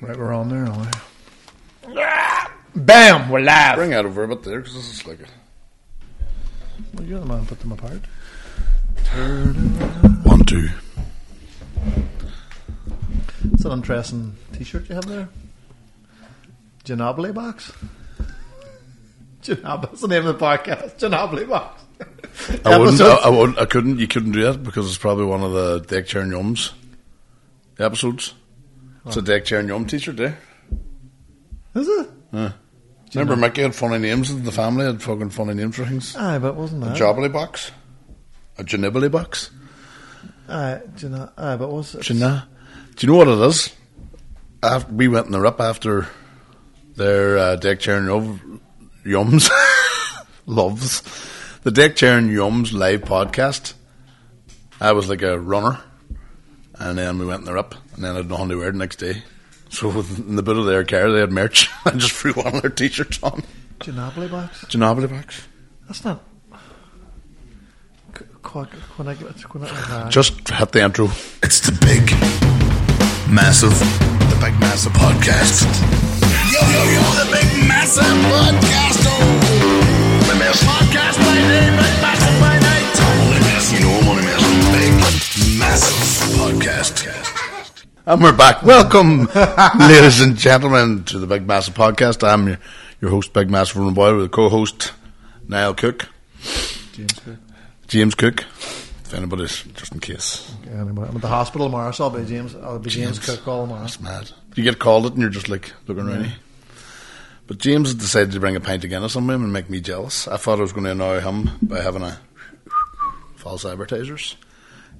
Right, we're on there. aren't we? Bam! We're live. Bring out over about there because this is like a Well, you're the man who put them apart. one two. It's an interesting T-shirt you have there. Ginobili box. Ginobili. That's the name of the podcast. Ginobili box. I wouldn't. I, Episode- I wouldn't. I couldn't. You couldn't do that because it's probably one of the Deck Chair and Yums episodes. It's a Deck Chair and Yum T-shirt there. Is it? Remember, Mickey had funny names. and The family had fucking funny names for things. Aye, but wasn't that? Jobbly box, a Janibili box. Aye, Gino- aye, but was it? Gina, do you know what it is? After we went in the rip after their uh, Deck Chair and Yum, Yums loves the Deck Chair and Yums live podcast. I was like a runner, and then we went in the rip, and then I had nothing to wear the next day. So in the bit of their car, they had merch. I just threw one of their t-shirts on. Ginobili box. Ginobili box. That's not. Qu- Quack, when I get, when I, Just hit the intro. It's the big, massive, the big massive podcast. Yo, yo, yo, the big massive podcast. Oh, the massive podcast by day, big massive by night. Only massive, you know, I'm only massive, big massive podcast. And we're back. Welcome, ladies and gentlemen, to the Big Massive Podcast. I'm your, your host, Big Massive Roman Boyle, with co-host Niall Cook, James Cook. James Cook. If anybody's, just in case, Yeah, anyway, I'm at the hospital tomorrow, so I'll be James. I'll be James, James. Cook all tomorrow. that's mad. You get called it, and you're just like looking around. you. But James has decided to bring a pint again or something and make me jealous. I thought I was going to annoy him by having a false advertisers.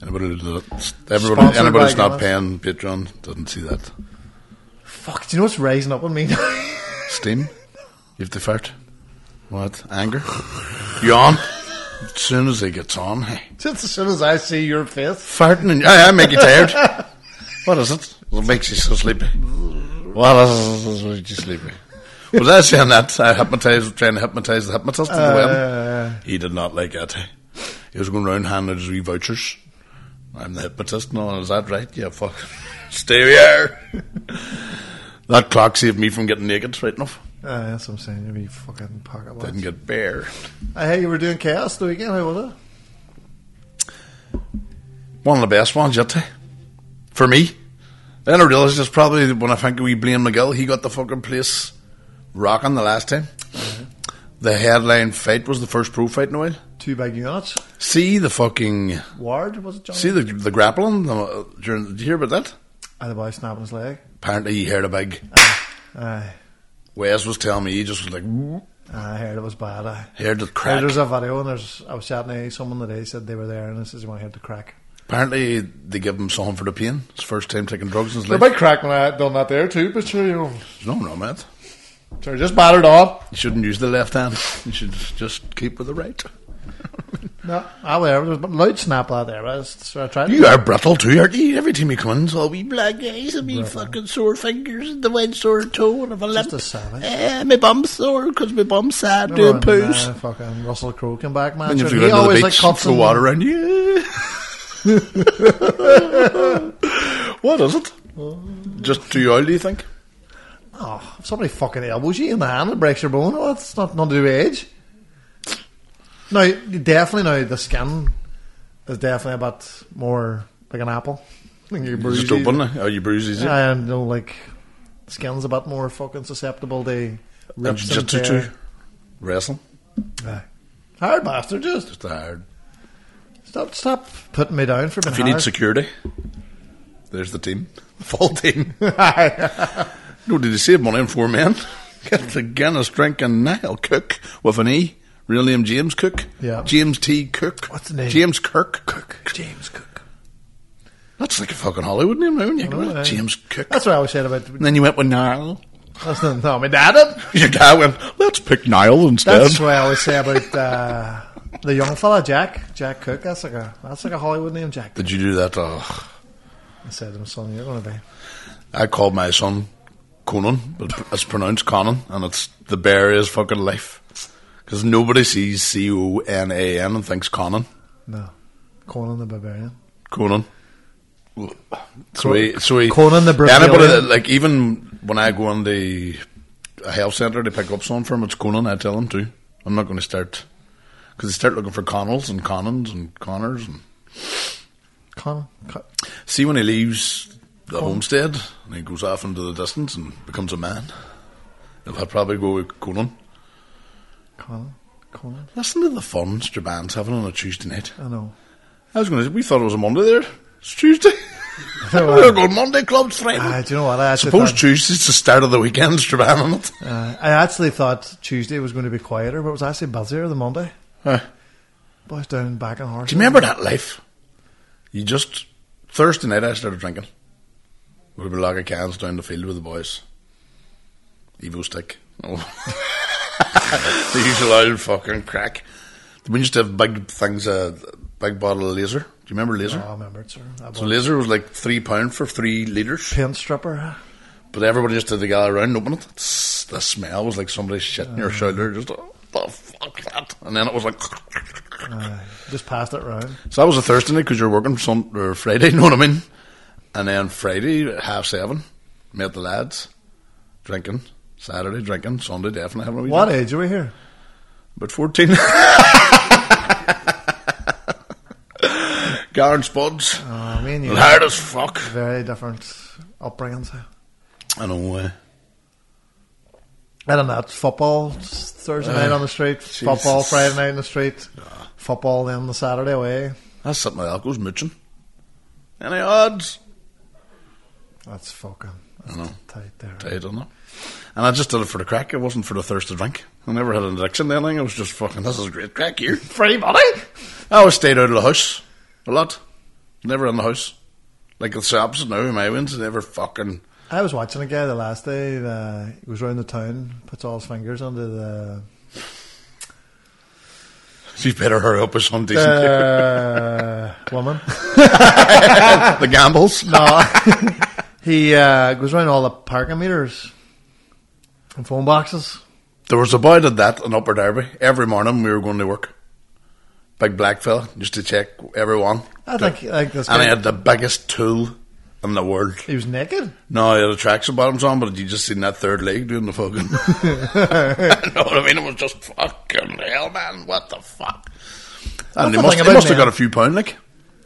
Anybody, that- everybody, Sponsored anybody that's by not paying Patreon doesn't see that. Fuck, do you know what's raising up on me? Steam? You've the fart? What? Anger? Yawn? As soon as he gets on, hey. Just as soon as I see your face, Farting and I, I make you tired. what is it? What makes you so sleepy? What is it that makes you sleepy? Was I saying that? I hypnotized, trying to hypnotize the hypnotist at the Uh. wedding. He did not like it. He was going round handing out his wee vouchers. I'm the hypnotist. No, is that right? Yeah, fuck. Stay here. that clock saved me from getting naked, right enough. uh, that's what I'm saying. You're a wee fucking pocket watch. Didn't get bare. I hear you were doing chaos the weekend. How was it? one of the best ones yet. eh? For me. Then I realised it's probably when I think we blame McGill, he got the fucking place rocking the last time. The headline fight was the first pro fight in a while. Two big units. See the fucking Ward was it? John? see the the grappling uh, during. Did you hear about that? and the boy snapping his leg. Apparently he heard a big. Aye, Wes was telling me he just was like I heard it was bad. I heard the heard crack. there's a video and there's I was chatting to someone today said they were there and this is when I heard the crack. Apparently they give him something for the pain. It's the first time taking drugs in his The life. big crack when I had done that there too, but sure you know, There's nothing wrong with it. sure, just battered on. You shouldn't use the left hand. You should just keep with the right. No, I whatever. There's a loud snap out there. But I was- I tried. to- You are brittle too, aren't you? Every time you come in, it's all wee black eyes and wee fucking sore fingers and the one sore toe and of a lip. Just a savage. Eh, my bum's sore because my bum's sad Remember doing when, uh, poos. fucking Russell Crowe came back, man. and you have Sure, to he go down to always the like beach, cuts throw and- water around you. what is it? Just too oil, do you think? Oh, if somebody fucking elbows you in the hand and breaks your bone, well, that's not not to do with age. No, definitely now the skin is definitely a bit more like an apple. Like your Just bruises. open it. Are you bruises? eh? it? I know, like skin's a bit more fucking susceptible to And rips and Jiu-jitsu Uh, too. tear. Wrestling. Aye. Hard bastard, just Just hard. stop, stop putting me down for being If you hard. need security, there's the team. Full team. no, did he save money on four men? Get the Guinness drinking Niall Cook with an E. Real name James Cook. Yeah. James T. Cook. What's the name? James Kirk. Cook, James Cook. That's like a fucking Hollywood name, isn't it? know, eh? James Cook. That's what I always said about. and then you went with Niall. That's not, no, my dad did. Your guy went, let's pick Niall instead. That's what I always say about uh, the young fella, Jack. Jack Cook. That's like a that's like a Hollywood name, Jack. Did you do that? Oh, I said to my son, "You're going to be." I called my son Conan, but it's pronounced Conan, and it's the bear is fucking life. Because nobody sees C O N A N and thinks Conan. No, Conan the Barbarian. Conan. So he, so he, Conan the Barbarian. Anybody that, like, even when I go in the a health centre to pick up something from it's Conan, I tell them too. I'm not going to start because they start looking for Connells and Connons and Connors and Con, con, see when he leaves the Oh. homestead and he goes off into the distance and becomes a man. If I'd probably go with Conan. con, con. Listen to the fun Straban's having on a Tuesday night. I know. I was going to. We thought it was a Monday there. It's Tuesday. we were going Monday clubs thriving. Ah, do you know what? I actually Suppose thought- Tuesday's the start of the weekend, Straban, isn't it? Uh, I actually thought Tuesday was going to be quieter, but it was actually busier than Monday. Huh. But I was down back in Horse. Do you remember that life? You just Thursday night I started drinking. We'd be like cans down the field with the boys. Evo stick. Oh. the usual old fucking crack. We used to have big things, a uh, big bottle of laser. Do you remember laser? Oh, I remember it, sir. That So was laser was like three pound for three liters, paint stripper. but everybody just had to gather around and open it. Tss, The smell was like somebody shitting your shoulder. Just oh, the fuck that, and then it was like Uh, just passed it round. So that was a Thursday night because you're working some or Friday, you know what I mean? And then Friday at half seven, met the lads, drinking. Saturday drinking, Sunday definitely having a wee What drink. age are we here? About fourteen. Garden spuds, Uh, me and you. hard as fuck. Very different upbringings. I know. Uh, I don't know. It's football Thursday Uh, night on the street. Football Jesus. Friday night on the street. Football then the Saturday away. that's something like that goes mooching. Any odds? That's fucking. That's know. tight there. I don't know. And I just did it for the crack. It wasn't for the thirst to drink. I never had an addiction to anything. I was just fucking, this is great crack here. Free money. I always stayed out of the house a lot. Never in the house. Like it's the opposite now in my wins. Never fucking. I was watching a guy the last day. Uh, he was round the town, puts all his fingers under the You better hurry up with some decent. uh, woman. Uh, the gambles. He uh, goes around all the parking meters and phone boxes. There was a boy did that in Upper Derby. Every morning we were going to work. Big black fella, just to check everyone. I think like this And he guy. had the biggest tool in the world. He was naked. No, he had a traction bottoms on, but you just seen that third leg doing the fucking. you know what I mean? It was just fucking hell, man. What the fuck? And That's he the thing must, he about must have men. got a few pound, like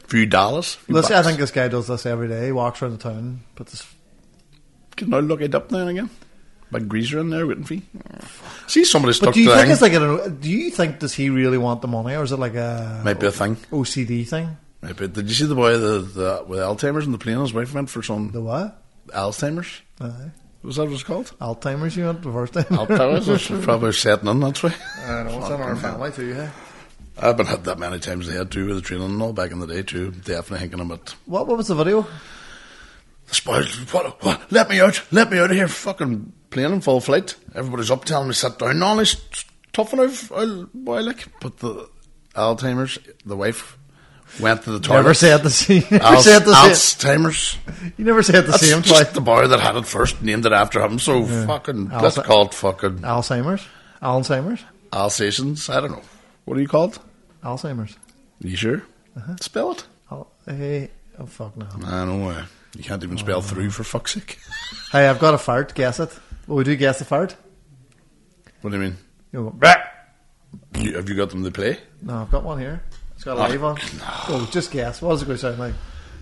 a few dollars. a Few Listen, I bucks. think this guy does this every day. He walks around the town, puts his Can I look it up now and again? Big greaser in there waiting for you. See, somebody stuck But do you to think the it's thing. like a? Do you think does he really want the money, or is it like a Might be a thing. OCD thing? Might be. Did you see the boy the, the, with Alzheimer's in the plane? His wife went for some The what? Alzheimer's. Aye. Was that what it's called? Alzheimer's. You went the first time. Alzheimer's? Probably setting in, that's why. I know it's in our family too. Yeah. I've been hit that many times in the head too with the training and all back in the day too. Definitely thinking about What? What was the video? the spoils. What, what, let me out! Let me out of here! Fucking plane in full flight. Everybody's up telling me to sit down. No, it's tough enough. I'll boy like. But the Alzheimer's, the wife went to the toilet. Never said the same. You never Alz- said the same. Alzheimer's. You never said the That's same. just twice. the boy that had it first named it after him. So fucking Alz- that's called fucking Alzheimer's. Alzheimer's. Alsatians. I don't know. What are you called? Alzheimer's. You sure? Uh-huh. Spell it. Al- hey. Oh fuck no. I don't know. uh, You can't even spell through for fuck's sake. Hey, I've got a fart. Guess it. Well, we do guess the fart. What do you mean? You go, "Bah." You- have you got them to play? no, I've got one here. It's got a Oh, live on. Oh, just guess. What was it going to sound like?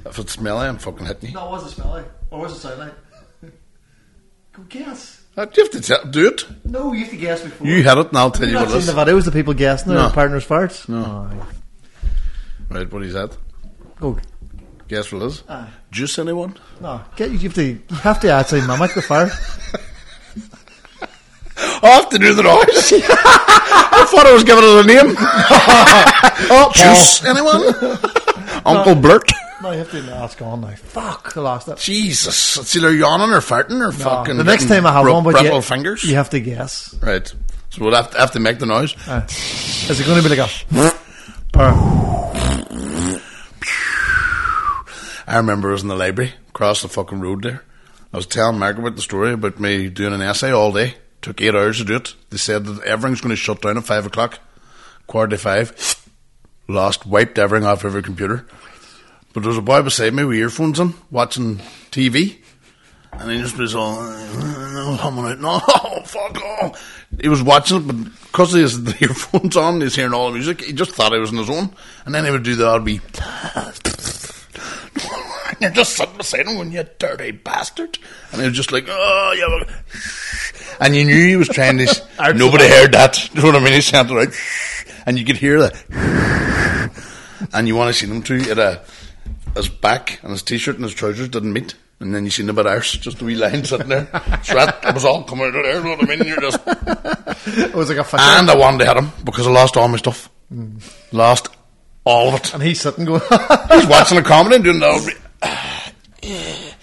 If it's smelly, I'm fucking hitting you. No, what was it smell like? Or what was it sound like? Go guess. Uh, You have to tell, do it. No, you have to guess before. You had it, and I'll tell You've you not what it seen is. the videos the people guessing their No. partner's farts? No. Aye. Right, what is that? Oh, Go. Guess what it is? Aye. Juice anyone? No. Get, you, have to, you have to actually mimic the fart. Oh, I have to do the noise. I thought I was giving it a name. Oh, Juice anyone? Uncle Blurt. No, you have to. No, it's gone now. Fuck, I lost it. Jesus, it's either yawning or farting or fucking. the next time I have bro- one, but you, brittle fingers. you have Ah. to guess. Right. So we'll have to, have to make the noise. Aye. Is it going to be like a. Or, I remember I was in the library across the fucking road there. I was telling Mark about the story about me doing an essay all day. Took eight hours to do it. They said that everything's going to shut down at five o'clock. Quarter to five. Lost, wiped everything off every computer. But there was a boy beside me with earphones in, watching TV. And he just was all, no, coming out. No, oh, fuck off. He was watching it, but because he has the earphones on, he's hearing all the music, he just thought he was on his own. And then he would do the odd wee, you're just sitting beside him when you dirty bastard. And he was just like, oh, yeah. And you knew he was trying to, nobody heard that. You know what I mean? He sounded like, and you could hear that. And you want to see them too at a, his back and his t-shirt and his trousers didn't meet. And then you seen a bit of arse, just a wee line sitting there. So that it was all coming out of there, you know what I mean? You're just, It was like a fish. and I wanted to hit him because I lost all my stuff. Lost all of it. and he's sitting going, He's watching a comedy and doing the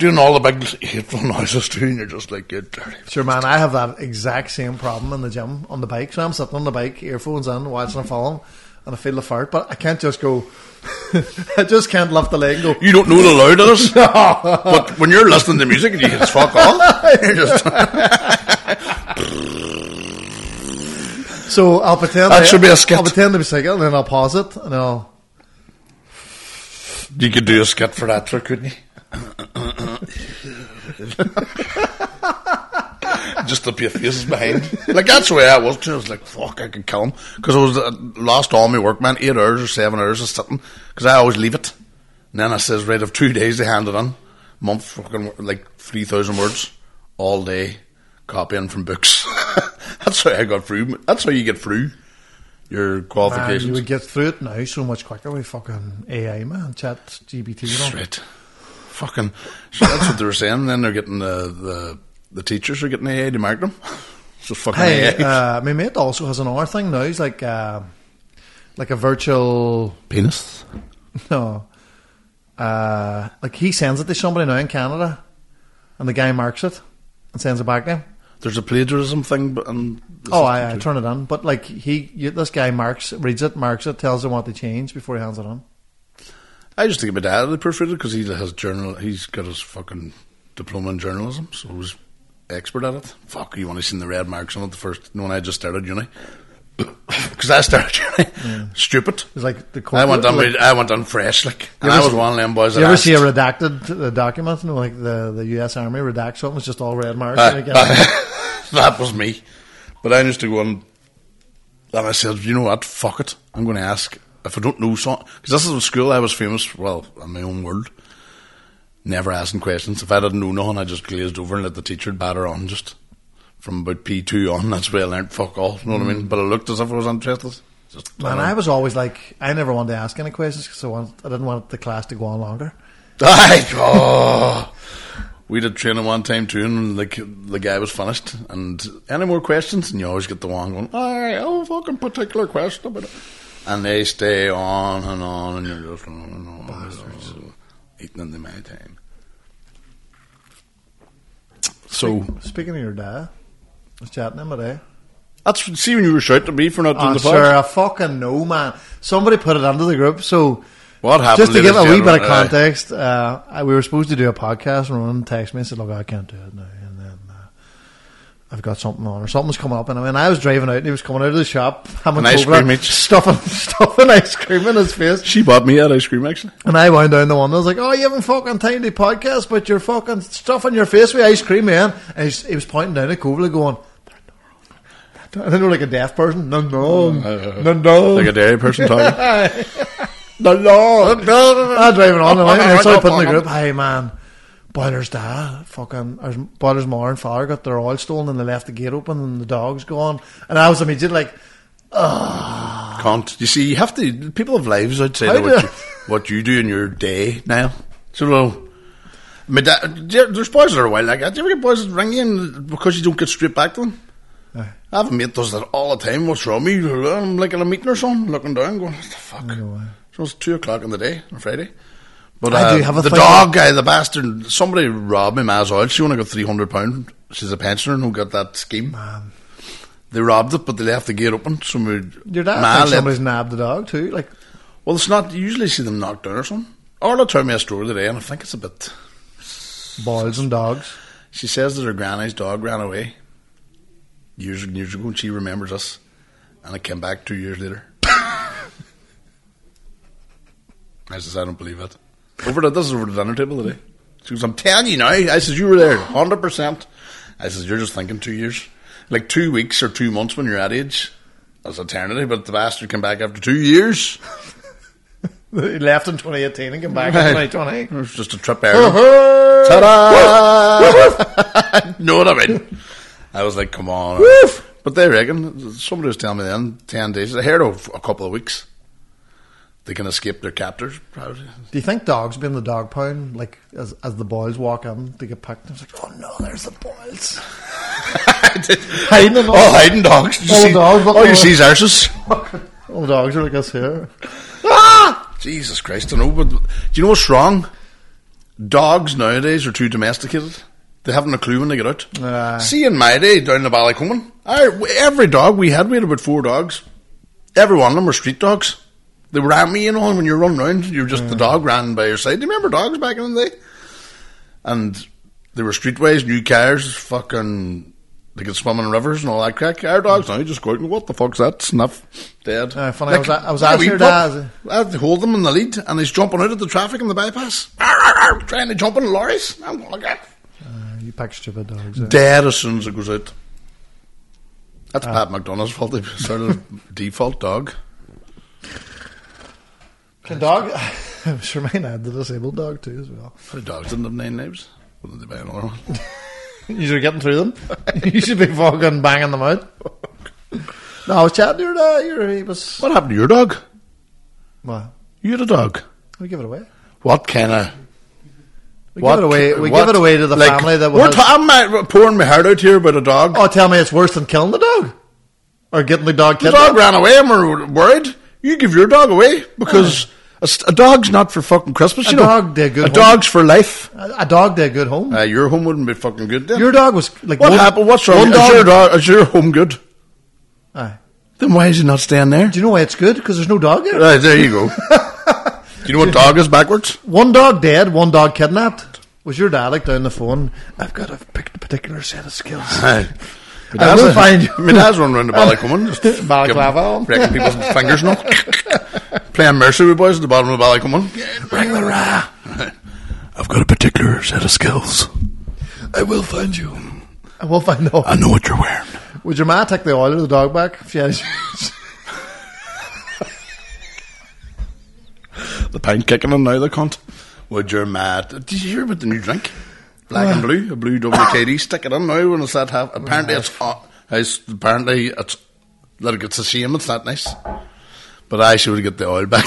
doing all the big hateful noises too, and you're just like, get dirty. Sure, man, I have that exact same problem in the gym on the bike. So I'm sitting on the bike, earphones in, watching a film, and I feel the fart, but I can't just go, I just can't lift the leg and go, You don't know the loud it is, but when you're listening to music and you just fuck off, you're just, so I'll pretend That I- should be a skit. I'll pretend to be sick, and then I'll pause it, and I'll, you could do a skit for that trick, couldn't you? just to be faces behind. Like that's the way I was too. I was like, fuck, I could kill him because I was uh, lost all my work, man. Eight hours or seven hours of sitting because I always leave it. And then I says, right, of two days to hand it in, month fucking like three thousand words all day, copying from books. that's how I got through. That's how you get through your man, qualifications. you would get through it now so much quicker with fucking AI, man, chat GPT and all. Shit. Fucking. so that's what they were saying. Then they're getting the the, the teachers are getting AA to mark them. So fucking Hey, AA. uh, my mate also has another thing now. He's like, uh, like a virtual Penis. No. Uh, like he sends it to somebody now in Canada, and the guy marks it and sends it back to him. There's a plagiarism thing, but um, Oh, I, I turn it on, but like he, you, this guy marks, reads it, marks it, tells him what to change before he hands it on. I just think my dad had proofread it because he has journal. He's got his fucking diploma in journalism, so he was expert at it. Fuck, you want to see the red marks on it the first when I just started uni. Because I started uni, stupid. It's like the I went on. like, I went on fresh, like, and ever I was see- one of them boys. You that ever asked- see a redacted uh, document? You know, like the the U.S. Army redacts something. It's just all red marks. Uh, and again, that was me. But I used to go on, and I said, you know what, fuck it. I'm going to ask if I don't know something. Because this is in school, I was famous, well, in my own world, never asking questions. If I didn't know nothing, I just glazed over and let the teacher batter on just from about P2 on. That's where I learned fuck all, you know what I mean? But I looked as if I was interested. Just, man, I was always like, I never wanted to ask any questions because I, want- I didn't want the class to go on longer. Aye, oh. We did training one time too, and like the guy was finished. And any more questions? And you always get the one going, "I have a fucking particular question," about it." and they stay on and on, and you're just on and on, and on, eating into my time. So Speaking of your dad, I was chatting to him today. that's see when you were shouting at me for not doing Ah, the sure, podcast. I fucking know, man. Somebody put it under the group, so What happened? just to give ladies a and wee bit of gentlemen? Aye. context, uh, I- we were supposed to do a podcast, and Ronan texted me and said, "Look, I can't do it now," and then. Uh, I've got something on, or something's coming up, and I mean, I was driving out, and he was coming out of the shop, having An ice Cobra, cream each. stuffing, stuffing ice cream in his face, She bought me that ice cream actually. and I wound down the window. I was like, "Oh, you haven't fucking time to podcast, but you're fucking stuffing your face with ice cream, man." And he's, he was pointing down at Cobra, going, "And then we're like a deaf person, no, no, no, no, Like a dairy person talking. Oh. the Lord. I'm driving on and on. I started putting in the group, Up, hey man, Boiler's dad, fucking, or Boiler's mom and father got their oil stolen and they left the gate open and the dog's gone. And I was immediately like, Can't you see? You have to. People have lives outside I of what do. you, what you do in your day now. So, well, my dad, there- there's boys that are wild like that. Do you ever get boys that ring you and because you don't get straight back to them? I have a mate does that all the time. What's wrong with me? I'm like in a meeting or something, looking down, going, what the fuck? know, aye. So it's two o'clock in the day on Friday. But I uh, do have a the thing- dog guy, the bastard, somebody robbed my ma's oil. She only got three hundred pound. She's a pensioner and who got that scheme. man, They robbed it, but they left the gate open. So my your dad ma thinks let- somebody's nabbed the dog too. Like, well, it's not. You usually see them knocked down or something. Orla told me a story today, and I think it's a bit. boils and dogs. She says that her granny's dog ran away years and years ago, and she remembers us, and it came back two years later. I says, I don't believe it. Over the, this is over the dinner table today. She goes, I'm telling you now. I says, you were there 100%. I says, you're just thinking two years. Like two weeks or two months when you're that age. That's eternity, but the bastard came back after two years. He left in 2018 and came back in Right. 2020. It was just a trip errand. Woof. Ta-da! know what I mean? I was like, come on. Woof. But they reckon, somebody was telling me then, 10 days, I heard of a couple of weeks, they can escape their captors. Probably. Do you think dogs being the dog pound, like as as the boys walk in, they get picked? It's like, oh no, there's the boys. Hiding in all- oh, hiding dogs. Did you All see, dogs, but all you no- see is arses. All the dogs are like us here. Jesus Christ, I know, but do you know what's wrong? Dogs nowadays are too domesticated. They haven't a clue when they get out. Aye. See, in my day, down the Ballycoman, I, every dog we had, we had about four dogs. Every one of them were street dogs. They ran me, you know, and when you run round, you were just the dog ran by your side. Do you remember dogs back in the day? And they were streetways, new cars, fucking. They could swim in rivers and all that crack. Our dogs now just go out and what the fuck's that? Snuff, dead. Aye, Uh, funny, I was a- I was yeah, asking we your pup. dad- I had to hold them in the lead, and he's jumping out at the traffic in the bypass. Arr, arr, arr, trying to jump on lorries. I'm going to get Uh, You pick stupid dogs. eh? dead as soon as it goes out. Ah. That's Pat McDonough's fault. They started a default dog. Can dog? I'm sure mine had the disabled dog too as well. The dogs didn't have nine lives. Wouldn't they buy another one? You should getting through them. you should be fucking banging them out. No, I was chatting to your dad. Your, he was. What happened to your dog? Well, You had a dog. we give it away. What kind of We What give it away. ca- We what- give it away to the like, family that we're was. ta- I'm uh, pouring my heart out here about a dog. oh, tell me it's worse than killing the dog, or getting the dog the killed. dog ran away. and we're worried. You give your dog away because a s a a, dog's not for fucking Christmas. Uh-huh. A you know, dog did good A home. dog's for life. A, a dog did a good home. Uh, your home wouldn't be fucking good then. your dog was like what one- happened? What's wrong? One Is dog. your, dog, is your home good? Aye. Then why is he not staying there? Do you know why it's good? Because there's no dog there. Right, there you go. Do you know what dog is backwards? One dog dead, one dog kidnapped. Was your dad like down the phone? I've got a pic- particular set of skills. Aye. I will find you. I mean, dad's running around the Ballycommon. just Balaclava on. giving- Breaking people's fingers and all. Playing Mercury Boys at the bottom of the Ballycommon. Ring the ra. I've got a particular set of skills. I will find you. I will find out. I know what you're wearing. Would your ma take the oil of the dog back? If she had issues? The pint kicking and now the cunt. Would your mad? Did you hear about the new drink? Black and blue, a blue WKD. Stick it in now when it's that half. Apparently it's, uh, it's apparently it's like it's a shame. It's not nice. But I should get the oil back.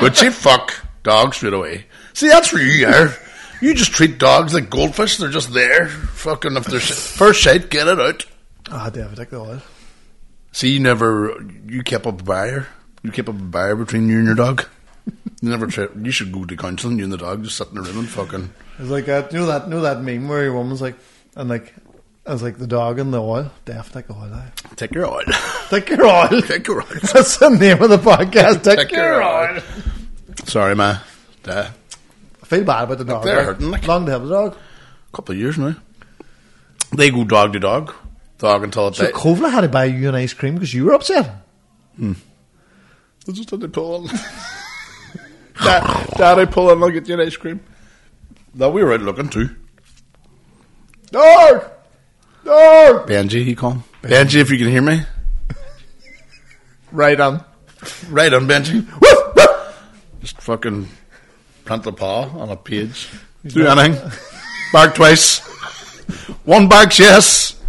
but you fuck dogs straight away. See, that's where you are. You just treat dogs like goldfish. They're just there. Fucking if they're s- first sight, get it out. Ah, David, take the oil. See, you never you kept up a barrier. You kept up a barrier between you and your dog. You never. Tri- you should go to counselling. You and the dog just sit in the room and fucking. It's like that. You know that. You know that meme where your woman's like, and like, I was like the dog and the oil. Daft, take the oil. out. Take your oil. Take your oil. Take your oil. That's the name of the podcast. Take, Take your, your oil. oil. Sorry, ma. Uh, I feel bad about the dog. they're right? hurting, like- Long to have the dog. couple of years now. They go dog to dog, dog until it's. So Kovla had to buy you an ice cream because you were upset. That's just what they pull on. Dad, Dad, I pull on. I'll get you an ice cream. That we were out looking too. Dog, dog. Benji, he called. Benji, if you can hear me, Right on. right on Benji. Woof, woof. Just fucking plant the paw on a page. Do anything. bark twice. One barks yes.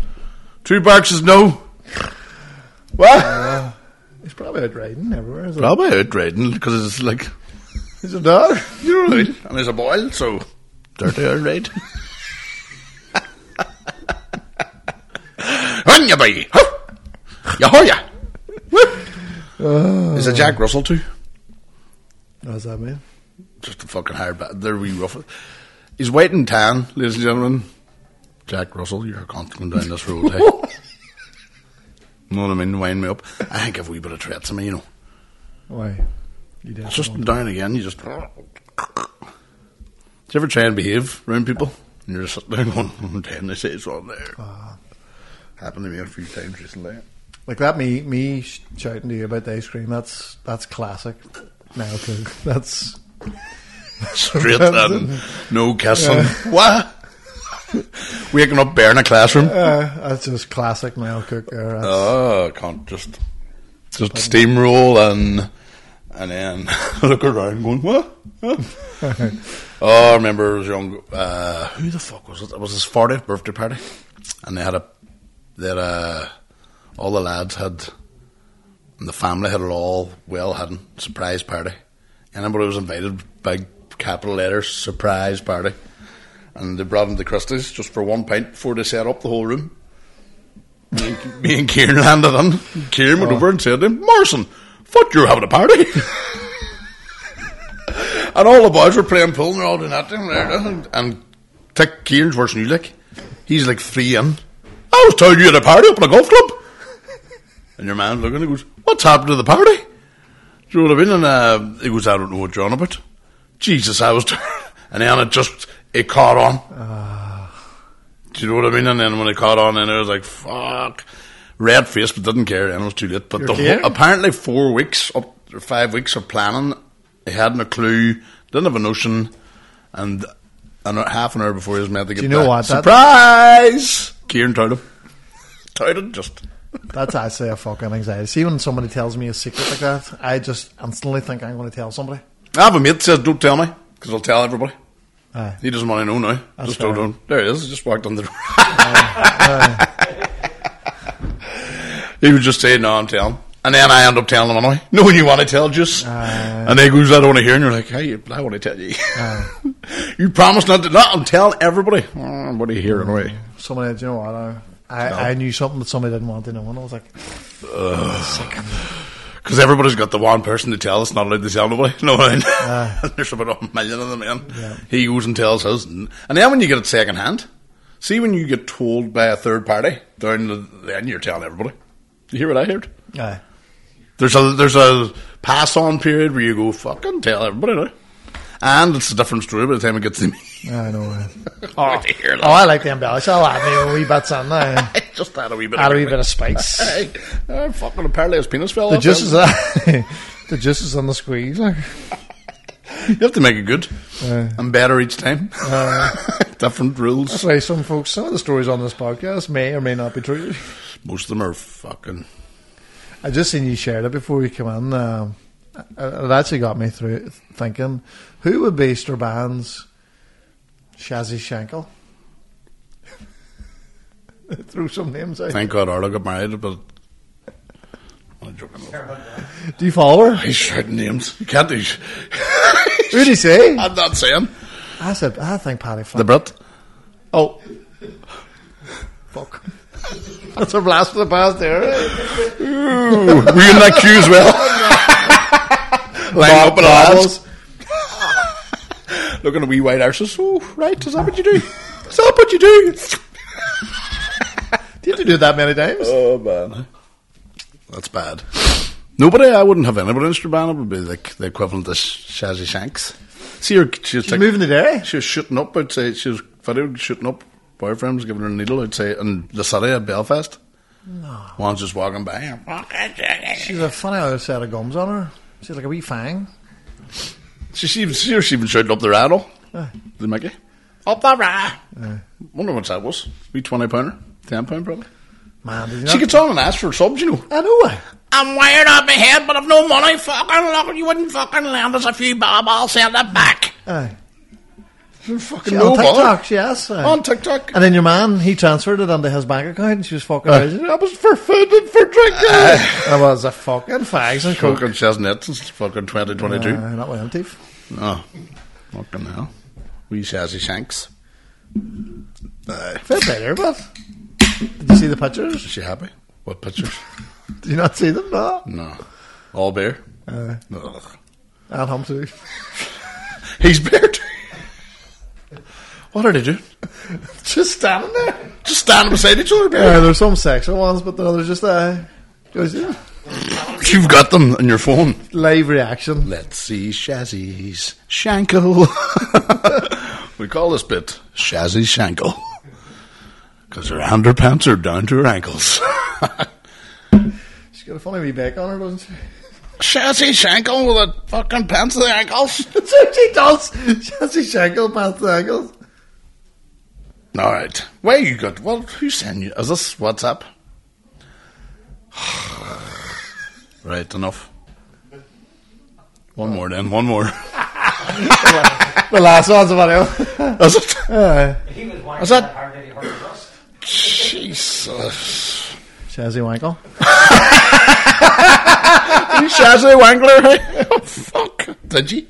Two barks is no. What? He's probably out riding everywhere. Is Probably out riding because it's like He's a dog. you're right, and there's a boil, so dirty out ride. Run ya be, yahoya. Is it Jack Russell too? What's that mean? just a fucking hard bat. They're wee rough. He's white and tan, ladies and gentlemen. Jack Russell, you're constantly down this road, hey? know what I mean? Wind me up. I think I've a wee bit of threats in me, you know. Why? You did. It's just down again, you just... Do you ever try and behave around people? And you're just sitting there going, "I'm damn, they say it's wrong there. Happened to me a few times recently. Like that, me me sh- shouting to you about the ice cream. That's that's classic. Now, Cook. That's straight and no kissing. What? Waking up bare in a classroom. Uh, that's just classic male cook. There. That's- Oh, I can't just just steamroll and and then look around going what? Huh?" oh, I remember I was young. Uh, who the fuck was it? It was his 40th birthday party, and they had a that uh, all the lads had and the family had it all well hidden surprise party. Anybody was invited, big capital letters surprise party, and they brought in the Christies just for one pint before they set up the whole room me and, me and Kieran landed on. Kieran went over and said to him, Morrison, fuck, you're having a party. and all the boys were playing pool and they're all doing that. thing there, And, and take Kieran's worse than you, like. He's like three in. I was telling you at a party up at a golf club. And your man's looking and he goes, What's happened to the party? Do you know what I mean? And uh, he goes, I don't know what you're on about. Jesus, I was. T-. And then it just, it caught on. Ah. Do you know what I mean? And then when I caught on, and I was like, "Fuck," red face, but didn't care. And it was too late. But the kidding? whole, apparently four weeks up, or five weeks of planning, he hadn't a clue, didn't have a notion, and and half an hour before he was meant to get you know back, what? That- surprise, Kieran touted him, touted just. That's actually a fucking anxiety. See, when somebody tells me a secret like that, I just instantly think I'm going to tell somebody. I have a mate that says, "Don't tell me," because I'll tell everybody. er Aye. He doesn't want to know now. just don't fair. know. There he is. He just walked on the door. he would just say, "No, I'm telling." And then I end up telling him anyway. No, you want to tell just. and they goes, "I don't want to hear." And you're like, "Hey, I want to tell you." you promised not to. Not and tell everybody. Oh, I'm going to hear anyway. Somebody, do you know what? I, I, I knew something that somebody didn't want to know, and I was like, Because everybody's got the one person to tell that's not allowed to tell nobody. No, and Ah. there's about a million of them, man. He goes and tells his. And and then when you get it second hand, see when you get told by a third party, down the, then you're telling everybody. You hear what I heard? aye. There's a there's a pass on period where you go, fucking tell everybody now. And it's a different story by the time it gets to me. I know. aye. Oh, to hear that. Oh, I like the embellish. I'll add me a wee bit something. aye. I just had a wee bit Add a of wee bit of spice. Hey, I'm fucking apparently his penis fell The off. juice is the juice is on the squeeze. Like. You have to make it good Aye. and better each time. different rules. Uh. That's why some folks, some of the stories on this podcast may or may not be true. Most of them are fucking. I just seen you shared it before you came in. Um, it- it actually got me through thinking who would be Straban's Shazzy Shankle? Throw some names out. Thank God Arlo got married, but. I'm joking. Do you follow her? He's shouting names. You can't. He's, Who did he say? I'm not saying. I said, I think Paddy Flynn. The Brit. oh. Fuck. That's a blast for the past there. Were you in that queue as well? Lying up at Bobbles. arms, Looking at wee white arses. Oh, right. Is that what you do? Is that what you do? Do you have to do that many times? Oh, man. That's bad. Nobody, I wouldn't have anybody in Strabane. It would be like the equivalent to Sh- Shazzy Shanks. See her, she's, like, Moving to Derry? She was shooting up outside. She was video shooting up. Boyfriend was giving her a needle outside in the city of Belfast. No. One's just walking by. She's a funny old set of gums on her. She's like a wee fang. She, she, she, she even shouting up the rattle. The Mickey. Up the ra. Wonder what that was. Be twenty pounder, ten pound probably. Man, did you She not- gets on and asks for subs, you know. I know I. I'm wired up my head, but I've no money. Fucking look, you wouldn't fucking lend us a few bob. I'll send it back. Aye. Fucking She- no on bother. TikTok, yes. aye. On TikTok. And then your man, he transferred it onto his bank account, and she was fucking. raging. That was for food and for drinking. I was a fucking fags and coke. uh, Fucking Chesnet since fucking 2022. Uh, not with him, Tiff. oh, fucking hell. We Shazzy Shanks. Aye. Fair play there, but did you see the pictures? Is she happy? What pictures? Did you not see them? No. no. All bare? Uh, Ugh. and him too. He's bare too. What are they doing? just standing there. Just standing beside each other, Yeah, bare. there's some sexual ones, but the others just uh, goes, yeah. You've got them on your phone. live reaction. Let's see Shazzy's Shankle. we call this bit Shazzy Shankle. Because her underpants are down to her ankles. She's got a funny wee back on her, doesn't she? Chassis Shankle with a fucking pants to the ankles. so she does. She has a shankle past the ankles. All right. Where you got? Well, who sent you? Is this WhatsApp? right, enough. One more then, one more. The last one's about it. Is it? Uh, He was whining Was that- that hard that he hurt his wrist. Jesus. Chazzy Wankle. You Shazzy Wangler? oh, fuck. Did you?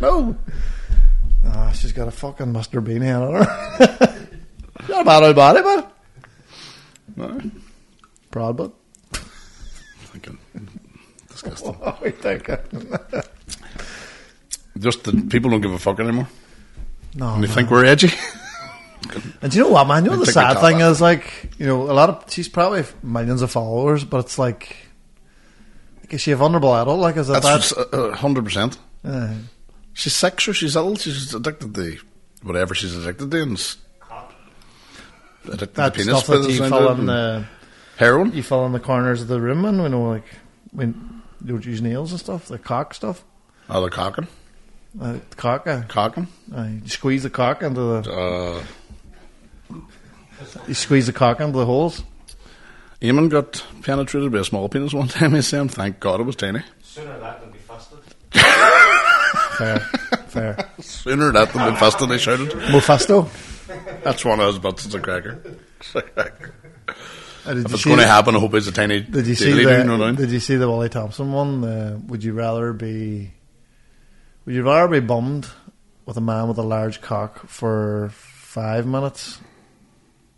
No. Ah, she's got a fucking Mr. Bean head on her. Not a bad old body, but No. proud, but Fucking disgusting. what are we thinking? Just that people don't give a fuck anymore. No, And they man. think we're edgy. And do you know what, man? You know I the think we sad talk thing about is, like, you know, a lot of she's probably f- millions of followers, but it's like, like, is she a vulnerable adult? Like, is that That's that? just, uh, uh, 100%. Uh, She's sick, sure, she's ill, she's addicted to whatever she's addicted to. And s- addicted that to penis stuff that pills you and fill in and the heroin. you fill in the corners of the room, and we know, like, when you don't use nails and stuff, the cock stuff, Oh, they're cocking. uh, the cock, uh, Cocking. uh, you squeeze the cock into the, Uh, you squeeze the cock into the holes. Eamon got penetrated by a small penis one time, he's saying. Thank God it was tiny. Sooner that than be fisted. Fair, fair. Sooner that than been faster they shouted. Mofisto. That's one of those butts, it's a cracker. It's a cracker. Uh, did If you it's see going to the- happen, I hope it's a tiny. Did you see daily, the you know what I mean? Did you see the Wally Thompson one? Uh, would you rather be Would you rather be bummed with a man with a large cock for five minutes?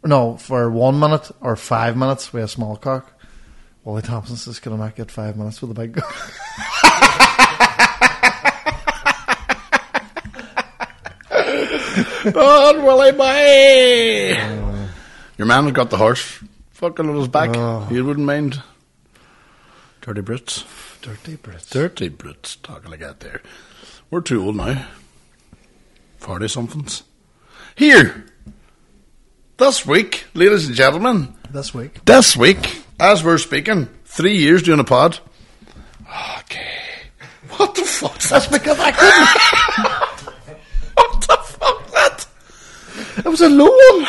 No, for one minute or five minutes with a small cock. Wally Thompson says, "Can I not get five minutes with a big cock?" Oh, Willie Boy! Your man has got the horse fucking on his back. Oh. You wouldn't mind. Dirty Brits. Dirty Brits. Dirty Brits talking like that there. We're too old now. 40 somethings. Here! This week, ladies and gentlemen, This week, this week, as we're speaking, three years doing a pod. Okay. What the fuck's that? because I couldn't. What the fuck that? It was a low one. I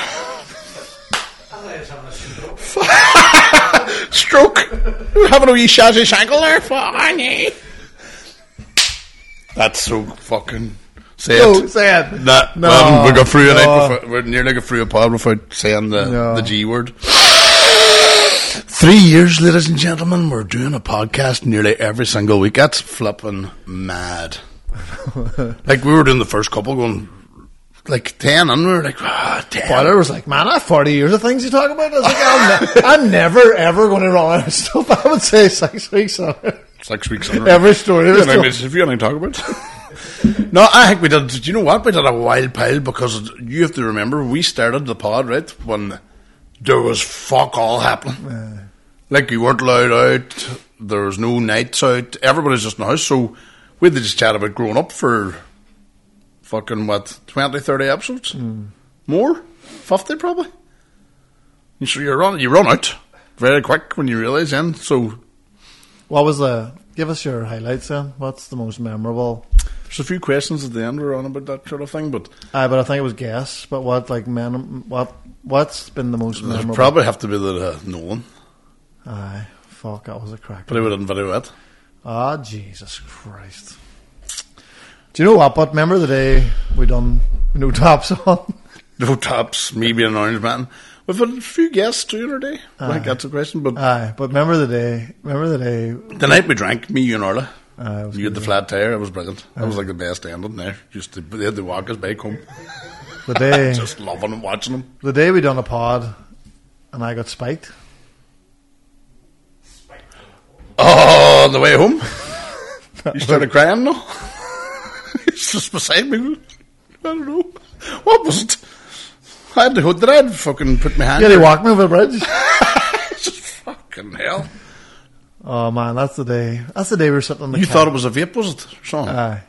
thought he was having a stroke. Stroke. We're having a wee shazzy shankle there. Fucking eh? That's so fucking. Say No, it. say it. Nah, No, we haven't- we got through it. no. Without, we're nearly got through a pod without saying the, No. the G word. Three years, ladies and gentlemen, we're doing a podcast nearly every single week. That's flipping mad. like we were doing the first couple, going like ten, and we were like, ah, ten. But I was like, man, I have 40 years of things you talk about. I was like, I'm, ne- I'm never, ever going to run out of stuff. I would say six weeks on it. Six weeks. in a row. Every story. Yeah, Is and I still- mean, if you want to talk about it. no, I think we did. Do you know what? We did a wild pile because you have to remember we started the pod, right? When there was fuck all happening. Uh, Like, you weren't allowed out, there was no nights out, everybody's just in the house. So we had to just chat about growing up for fucking, what, 20, 30 episodes? More? 50 probably? And so you run, you run out very quick when you realise then. So what was the. Give us your highlights then. What's the most memorable? there's a few questions at the end we're on about that sort of thing, but. Uh, but I think it was guess. But what, like, men, what, what's been the most It'd memorable? probably have to be the uh, Nolan, Aye. Fuck, that was a crack. but he would have very wet. Ah, Jesus Christ. Do you know what? But remember the day we done no tops on? No tops, me being an orange man. We've had a few guests too in our day. I think that's a question. But Aye. But remember the day. Remember the day. the night we drank, me, you, and Orla, Aye, Ah, it was Ah. you had the flat tire. It was brilliant. That was like the best ending there. eh? Just to, they had the walkers back home, The day. just loving and watching them. The day we done a pod and I got spiked. Oh, on the way home, you started crying. No, it's just beside me. I don't know what was it. I had the hood that I had fucking put my hand. Yeah, they walked me over the bridge. just fucking hell. oh man, that's the day. That's the day we were sitting on the You thought it was a vape, was it? Or something? Aye.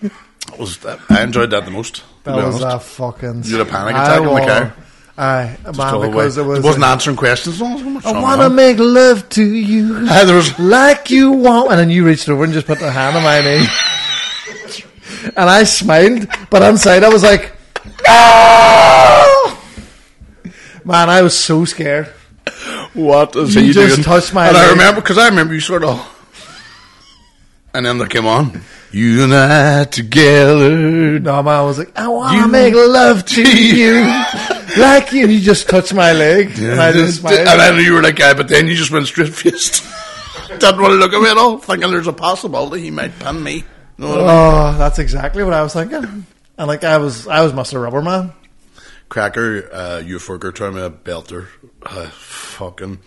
That was that. I enjoyed that the most. to That be was honest. a fucking You had a panic I attack in the wa- car. Aye, man, Go because away. it was. Oh, He wasn't answering questions. No, what's I wrong want to with him? make love to you Aye, there was- like you want. And then you reached over and just put a hand on my knee. and I smiled, but inside I was like, "Ah!" Oh! Man, I was so scared. What is You he just doing? touched my And I leg. remember because I remember you sort of. And then they came on. You and I together. No, man, I was like, I want You- to make love to you like you. You just touched my leg. And I just smiled. and I knew you were like, guy, but then you just went straight faced. Didn't want to look at me at all, thinking there's a possibility he might pin me. You know what I mean? Oh, that's exactly what I was thinking. And like I was, I was Mr. Rubber Man. Cracker, uh, you fucker, trying to belter. Uh, fucking.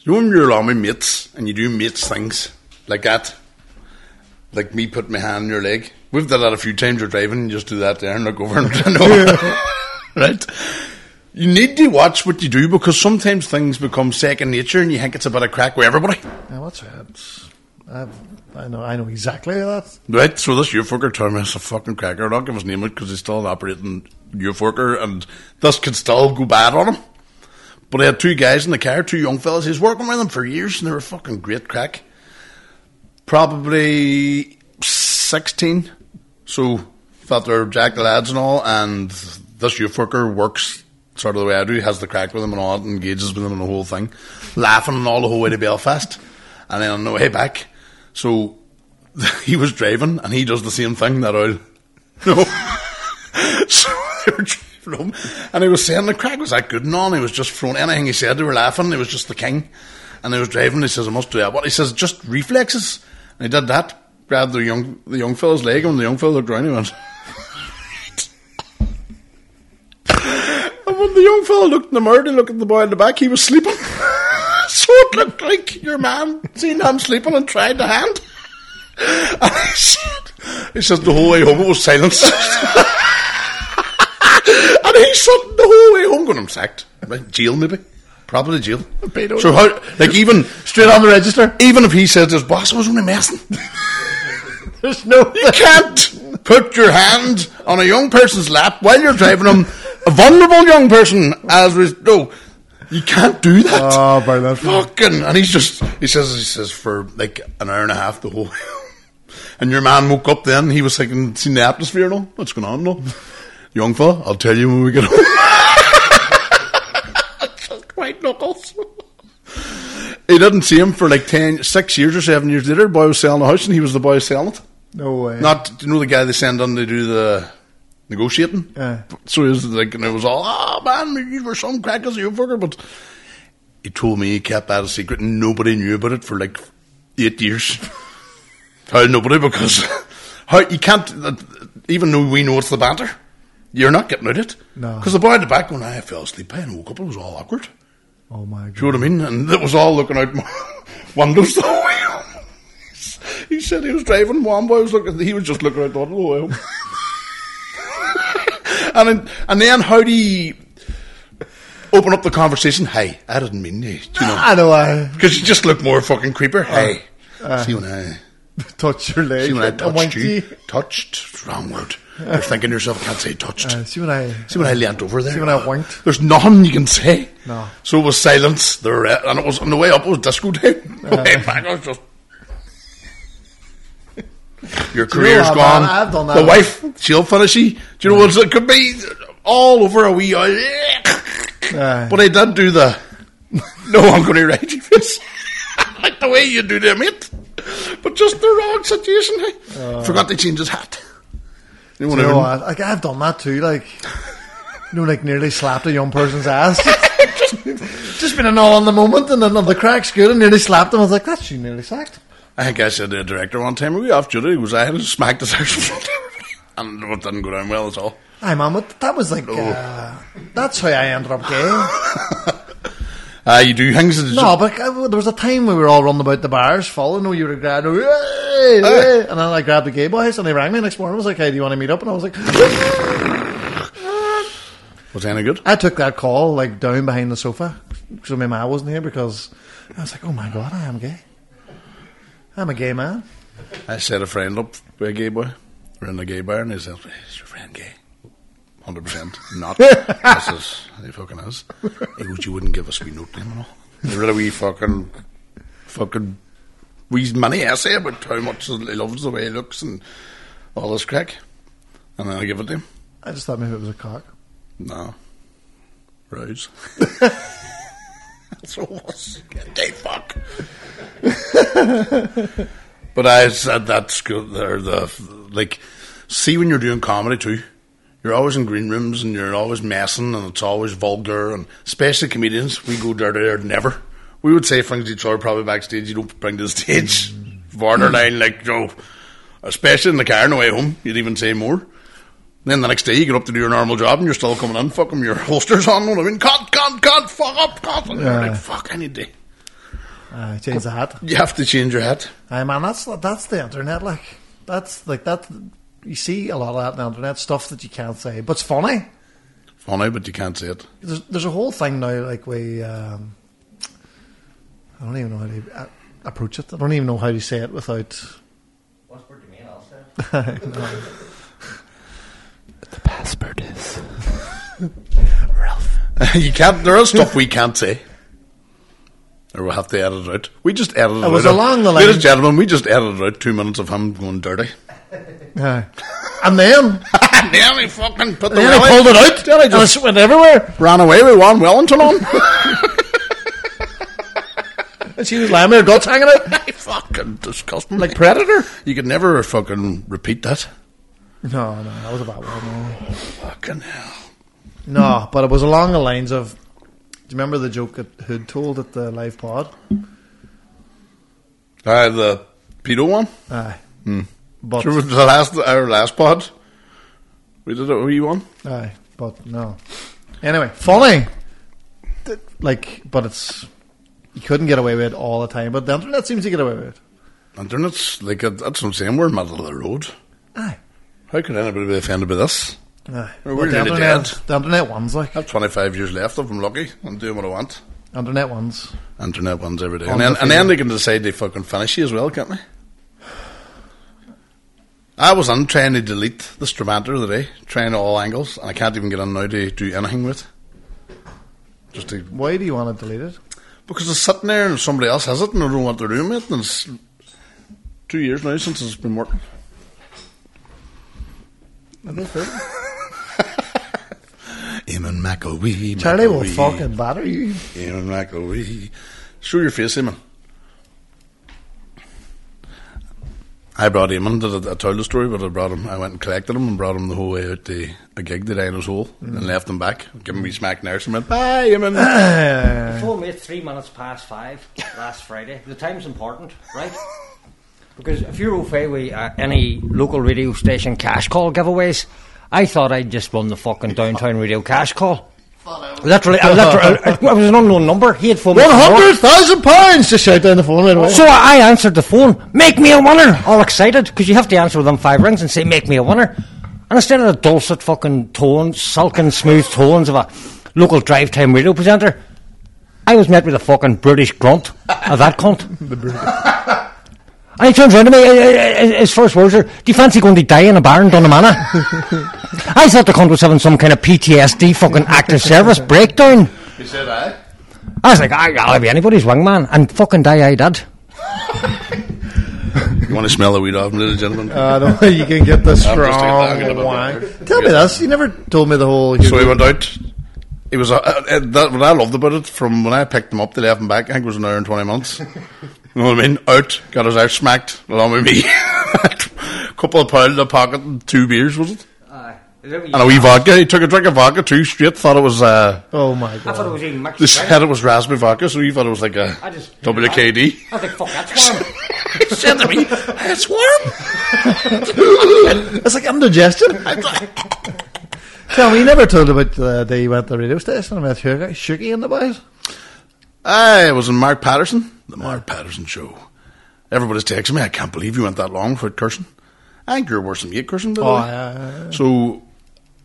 You know when you're along with mates and you do mates things like that? Like me putting my hand on your leg? We've done that a few times, you're driving, you just do that there and look over and turn over. right? You need to watch what you do because sometimes things become second nature and you think it's a bit of crack with everybody. Yeah, what's that? I, I know, I know exactly that. Right, so this Uforker term is a fucking cracker. I'm not giving his name out because he's still an operating Uforker, and this could still go bad on him. But I had two guys in the car, two young fellas. He's working with them for years, and they were fucking great crack. Probably 16. So, felt they're Jack the lads and all, and this Uforker works sort of the way I do, has the crack with them and all, that, engages with them and the whole thing, laughing and all the whole way to Belfast. And then on the way back, so he was driving and he does the same thing that oil. No. so they were driving home and he was saying the crack was that good and all and he was just throwing anything he said, they were laughing, he was just the king. And he was driving and he says, I must do that. What he says, just reflexes. And he did that, grabbed the young the young fella's leg and when the young fella looked around he went And when the young fella looked in the mirror and looked at the boy in the back, he was sleeping. so it looked like your man seen him sleeping and tried the hand. And he said, he says the whole way home it was silence. and he said the whole way home going, I'm sacked. Right, jail maybe. Probably jail. So how like even straight on the register? Even if he says to his boss I was only messing. There's no. You can't put your hand on a young person's lap while you're driving them. A vulnerable young person as we no. You can't do that. Oh, brilliant. Fucking and he's just he says he says for like an hour and a half the whole And your man woke up then, he was like seen the atmosphere and all. What's going on no? Young fella, I'll tell you when we get home. just white knuckles. He didn't see him for like ten, six years or seven years later. Boy was selling a house, and he was the boy selling it. No way. Not you know the guy they send on to do the negotiating. Aye. So he was like, and it was all, oh man, you were some crackers, you fucker. But he told me he kept that a secret, and nobody knew about it for like eight years. how nobody? Because how you can't uh, even though we know it's the banter, you're not getting out of it. No. because the boy at the back when I fell asleep, I woke up, it was all awkward. Oh my god. Do you know what I mean? And it was all looking out my windows the whole way home. He said he was driving. One boy was looking. He was just looking out the window the whole way home. and then, and then how do you open up the conversation? Hey, I didn't mean you. You know, I know. I because you just look more fucking creeper. Hey, see when I touched your leg. see when I touched winked you. Touched wrong word. You're thinking to yourself can't say touched. Uh, see when I. See when I leant over there. See when I winked? There's nothing you can say. No. So it was silence. The re- and it was on the way up. It was disco time. The way back, I was just. Your career's what, gone. man? I've done that. The wife, she'll finish. you. Do you know what it could be? All over a wee. uh, Aye. But I did do the. No, I'm going to write you this. like the way you do them, mate. But just the wrong situation. eh? Forgot to change his hat. You know what Uh. You I know mean? what? Like I've done that too. Like, you know, like nearly slapped a young person's ass. Just been an all on the moment, and then on the crack's good, and nearly slapped him. I was like, "That's you nearly sacked." I think I said to the director one time, "Are we off duty?" He was I had smacked his ass, and it didn't go down well at all. Aye, man. What, that was like. Uh, that's how I ended up gay. Uh, you do things. That No, but I, there was a time we were all running about the bars, following. Oh, you were grabbed, "Hey, hey," and then I grabbed the gay boys, and they rang me the next morning. I was like, "Hey, do you want to meet up?" And I was like, was any good. I took that call like down behind the sofa because my ma wasn't here because I was like, "Oh my god, I am gay. I'm a gay man." I set a friend up with a gay boy. We're in a gay bar, and he said, "Is your friend gay?" hundred percent not. this is he fucking is. He goes, you wouldn't give us we note name and all. He's really wee fucking fucking wee money essay about how much he loves the way he looks and all this crack. And then I give it to him. I just thought maybe it was a cock. No. Rose. That's what it was. Gay fuck. but I said that's good. There, the like, see when you're doing comedy too, you're always in green rooms and you're always messing and it's always vulgar and especially comedians. We go there to there never. We would say things to each other probably backstage. You don't bring to the stage. Borderline like Joe, especially in the car on the way home. You'd even say more. Then the next day you get up to do your normal job and you're still coming in. Fuck 'em, your holster's on. you know what I mean, can't, can't, can't, fuck up, can't. And you're Yeah. like, fuck, I need to. Uh, change the hat. You have to change your hat. Aye, man, that's that's the internet. Like that's like that. You see a lot of that on the internet stuff that you can't say, but it's funny. Funny, but you can't say it. There's there's a whole thing now. Like we, um, I don't even know how to uh, approach it. I don't even know how to say it without. What's word you mean, I'll say. Password is. you can't. There is stuff we can't say, or we'll have to edit it out. We just edited. It was out. along the ladies line- and gentlemen. We just edited out two minutes of him going dirty. Aye. and then Damn, he fucking put the then I welly- pulled it out. Then I and just it went everywhere. ran away with one Wellington on. And she was lying with her guts hanging out fucking disgusting. like predator. you could never fucking repeat that. No, no, that was a bad one. Fucking hell. No, no but it was along the lines of. Do you remember the joke that Hood told at the live pod? Uh, the pedo one. Aye. But Sure, was the last our last pod. We did a wee one. Aye, but no. Anyway, funny. Th- Like, but it's you couldn't get away with it all the time. But the internet seems to get away with it. Internet's like that's what I'm saying. We're middle of the road. Aye, How could anybody be offended by this? aye. We're But the really internet, dead. the internet ones like I have 25 years left if I'm lucky. I'm doing what I want. internet ones. Internet ones every day. On And then, the and then field. they can decide they fucking finish you as well, can't they? I was on trying to delete the Stramator the day, trying all angles, and I can't even get on now to do anything with. Just to, Why do you want to delete it? because it's sitting there and somebody else has it and I don't know what they're doing with it. And it's two years now since it's been working. I don't think. Eamon McAwee. Charlie will McAwee, fucking batter you. Eamon McAwee. "Oh, Show your face, Eamon. I brought him in. Did I, I told the story, but I brought him. I went and collected him and brought him the whole way out to a gig the day in his hole, and left him back. Give him a wee smack nurse and went, "Bye, Eamon." Uh, told me at three minutes past five last Friday. The time's important, right? Because if you were away uh, any local radio station cash call giveaways, I thought I'd just won the fucking downtown radio cash call. Literally, I literally, it was an unknown number. He had phoned me. One from hundred York. thousand pounds to shout down the phone right away. So I answered the phone. Make me a winner. All excited because you have to answer within five rings and say, "Make me a winner." And instead of the dulcet fucking tones, sulking smooth tones of a local drive time radio presenter, I was met with a fucking British grunt of that cunt. and he turns around to me. eh, eh, eh, His first words are, "Do you fancy going to die in a barn, Dunamana?" I thought the cunt was having some kind of PTSD, fucking active service breakdown. he said, "I." I was like, I, "I'll be anybody's wingman," and fucking die I did. You want to smell the weed off, him, ladies and gentlemen? I don't know. You can get the I'm just thinking strong about wine. that. Tell me this. You never told me the whole. So he went out. It was uh, uh, that what I loved about it. From when I picked him up, they left him back. I think it was an hour and twenty months. you know what I mean? Out, got his ass smacked along with me. Couple of pound in the pocket, and two beers was it, and a wee vodka. He took a drink of vodka, two straight. Thought it was. Uh, oh my I thought it god. was even mixed. they drink. said it was raspberry vodka, so he thought it was like a I just- WKD. I was like, fuck, that's warm. he said to me, "It's warm." It's like indigestion. Tell me, you never told about the day you went to the radio station and met Shuggy, Shuggy and the boys? I was in Mark Patterson, the Mark Patterson show. Everybody's texting me. I can't believe you went that long for cursing. I think you're worse than me, cursing. by the Oh, way. yeah. So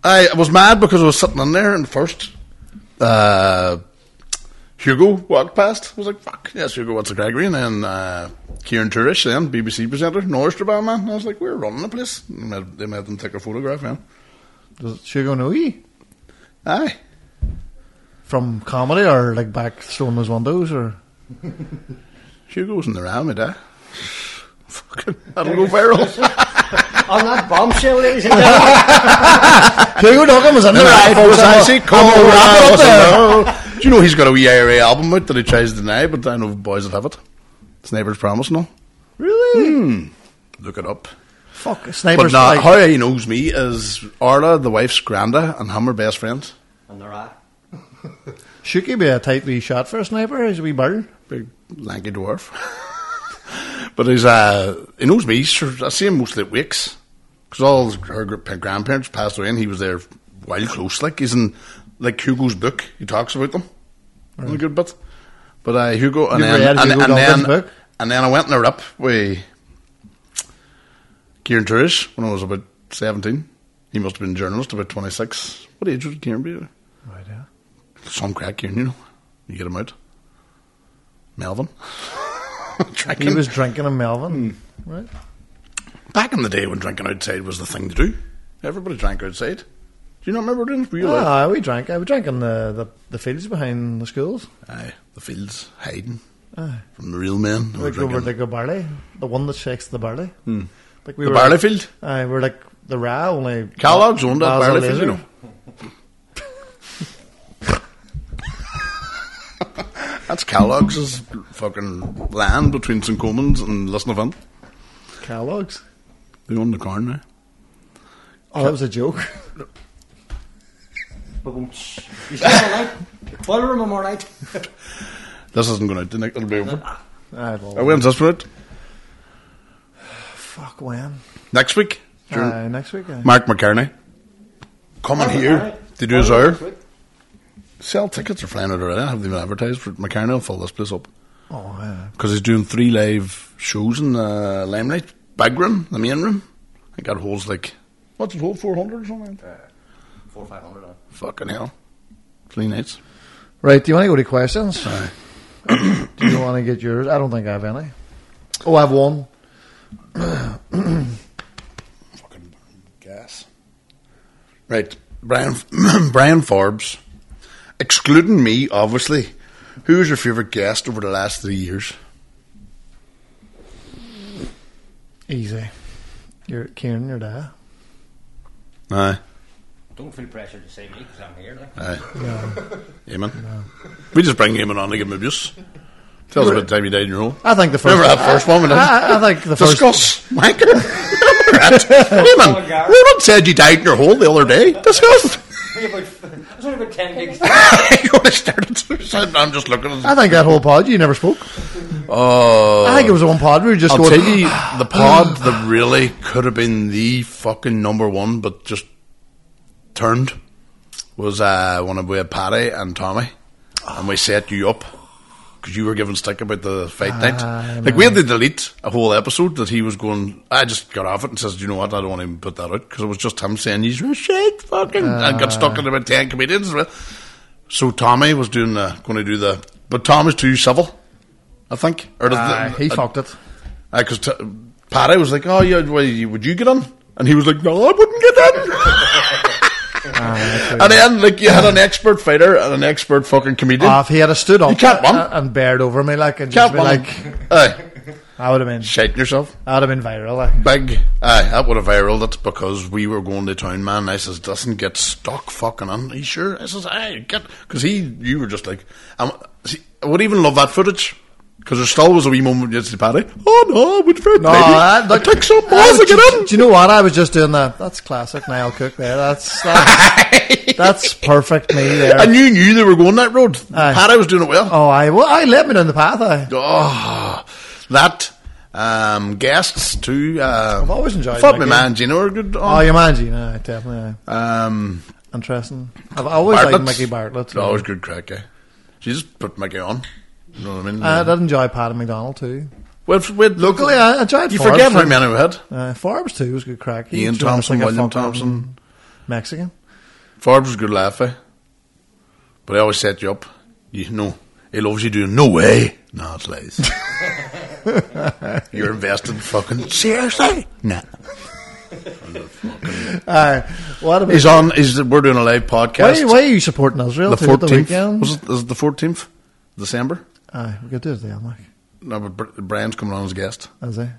I was mad because I was sitting in there and first uh, Hugo walked past. I was like, fuck, yes, Hugo, what's the Gregory? And then uh, Kieran Turish, then BBC presenter, Norris Strabane man. I was like, we're running the place. And they made, they made them take a photograph, man. Does Shugo know you? Aye. From comedy or like back throwing those windows or Hugo's in the round with that. Fucking, that'll go viral. On that bombshell, ladies and gentlemen. Shugo Duncan was in the Right, folks, was I'm a- actually come I'm a wrap up around. there. Do you know he's got a wee IRA album out that he tries to deny, but I know boys that have it. Sniper's Promise and all. Really? Look it up. Fuck, But snipers. now, like, how he knows me is Arla, the wife's granda, and him are best friends. On the rack. Should he be a tight wee shot for a sniper? Is a wee bird? Big lanky dwarf. but he's, uh, he knows me. Sure, I see him mostly at wakes. Because all his, her gr- her grandparents passed away and he was there while close. Like, he's in, like, Hugo's book. He talks about them. A good bit. But uh, Hugo, and You then, read and, Hugo and Dalton's then, book? and then I went in a rip with Kieran Turish when I was about 17. He must have been a journalist, about 26. What age would Kieran be? Right, yeah. some crack here, you know. You get him out. Melvin. He drinking. was drinking in Melvin. Hmm. Right. Back in the day when drinking outside was the thing to do. Everybody drank outside. Do you not remember doing? Were you allowed? Ah, we drank. I we drank in the, the, the fields behind the schools. Aye, the fields, hiding from the real men. who were Ah. Like over drinking. Hmm. the go barley, the one that shakes the barley. Like we the were, barley field. Aye, we're like the row only. Kellogg's owned that Basil barley field, you Laser. know. That's Kellogg's fucking land between St. Comans and Lisnavin. Kellogg's. They own the corn now. Oh, that was a joke. Boom. You see all right? Boiler room, all right? This isn't going out tonight. It'll be over. Aye, well, Uh, When's this one out? fuck when? Next week? During- Aye, next week. aye. Mark McCartney. Coming here to do his hour. Sell tickets are flying out already. I haven't even advertised for it. McCartney. will fill this place up. oh, yeah. Because he's doing three live shows in the Limelight. Big room, the main room. I got holes like, what's it hold, 400 or something? Uh, Four or five hundred on. Fucking hell. Three nights. Right. Do you want to go to questions? do you want to get yours? I don't think I have any. Oh, I have one. Fucking gas. Right. Brian, Brian Forbes. Excluding me, obviously. Who's your favourite guest over the last three years? Easy. You're Kieran. Your dad. Aye. Don't feel pressure to say me because I'm here. Like. Aye. Eamon. We just bring Eamon on to give him abuse. Tell us about the time you died in your home. I think the first. Remember that first one? we did? I, I think the first. Discuss, wanker. Eamon, Eamon said you died in your hole the other day. Discuss. I was only about 10 gigs. you want to start it? Said, I'm just looking I at think that whole pod you never spoke. Oh. I think it was the one pod where you just I'll going. tell you, the pod that really could have been the fucking number one, but just turned, was uh, when we had Paddy and Tommy, and we set you up because you were giving stick about the fight Ah, night. Like we had to delete a whole episode that he was going. I just got off it and says, "Do you know what? I don't want to even put that out because it was just him saying he's shit, fucking," and Ah. got stuck in about ten comedians. So Tommy was doing the, going to do the, but Tom was too civil. I think, or the- Aye, Ah, he uh, fucked it. because t- Paddy was like, "Oh yeah, well, you- would you get on?" And he was like, "No, I wouldn't get on." and then, like, you had an expert fighter and an expert fucking comedian. Ah, if he had a stood up You can't bump. a- and bared over me like and just Can't be one- like, aye, I would have been, shitting yourself. I would have been viral. Like. Big, aye, that would have viraled it because we were going to town, man. And I says, "Doesn't get stuck fucking on." He sure. I says, "Aye, get," because he, you were just like, um, see, I would even love that footage. Because there still was a wee moment you said, Paddy, oh no, I would very no, I- maybe. I look- took some I balls was- to get do, in. do you know what? I was just doing that. That's classic Niall Cook there. That's that's, that's perfect me there. And you knew they were going that road. Aye. Paddy was doing it well. oh, I well, I led me down the path. I. Oh, that um, guests too. Uh, I've always enjoyed Fuck that my game. man Gino are good. Oh, On. you mind you? No, definitely. aye. um, Interesting. I've always liked Bartlett's. Mickey Bartlett. always good crack. Eh? She just put Mickey on. You know what I mean? I did Uh, enjoy Paddy McDonald too. with, with Ah, Locally, I enjoyed. you Forbes forget how and- many we had. Uh, Forbes too was good crack. He Ian was almost Thompson, like a William fucking Thompson. Mexican. Forbes was a good laugh, eh? but they always set you up. You know, he loves you doing no way. No, it's lies. You're invested, fucking seriously. Nah. Uh, what about, He's on. He's. We're doing a live podcast. why, why are you supporting Israel? the too at The fourteenth. weekend? Was it, is it the fourteenth? December. Aye, we could do it then, like, No, but Br- Brian's coming on as a guest. as I.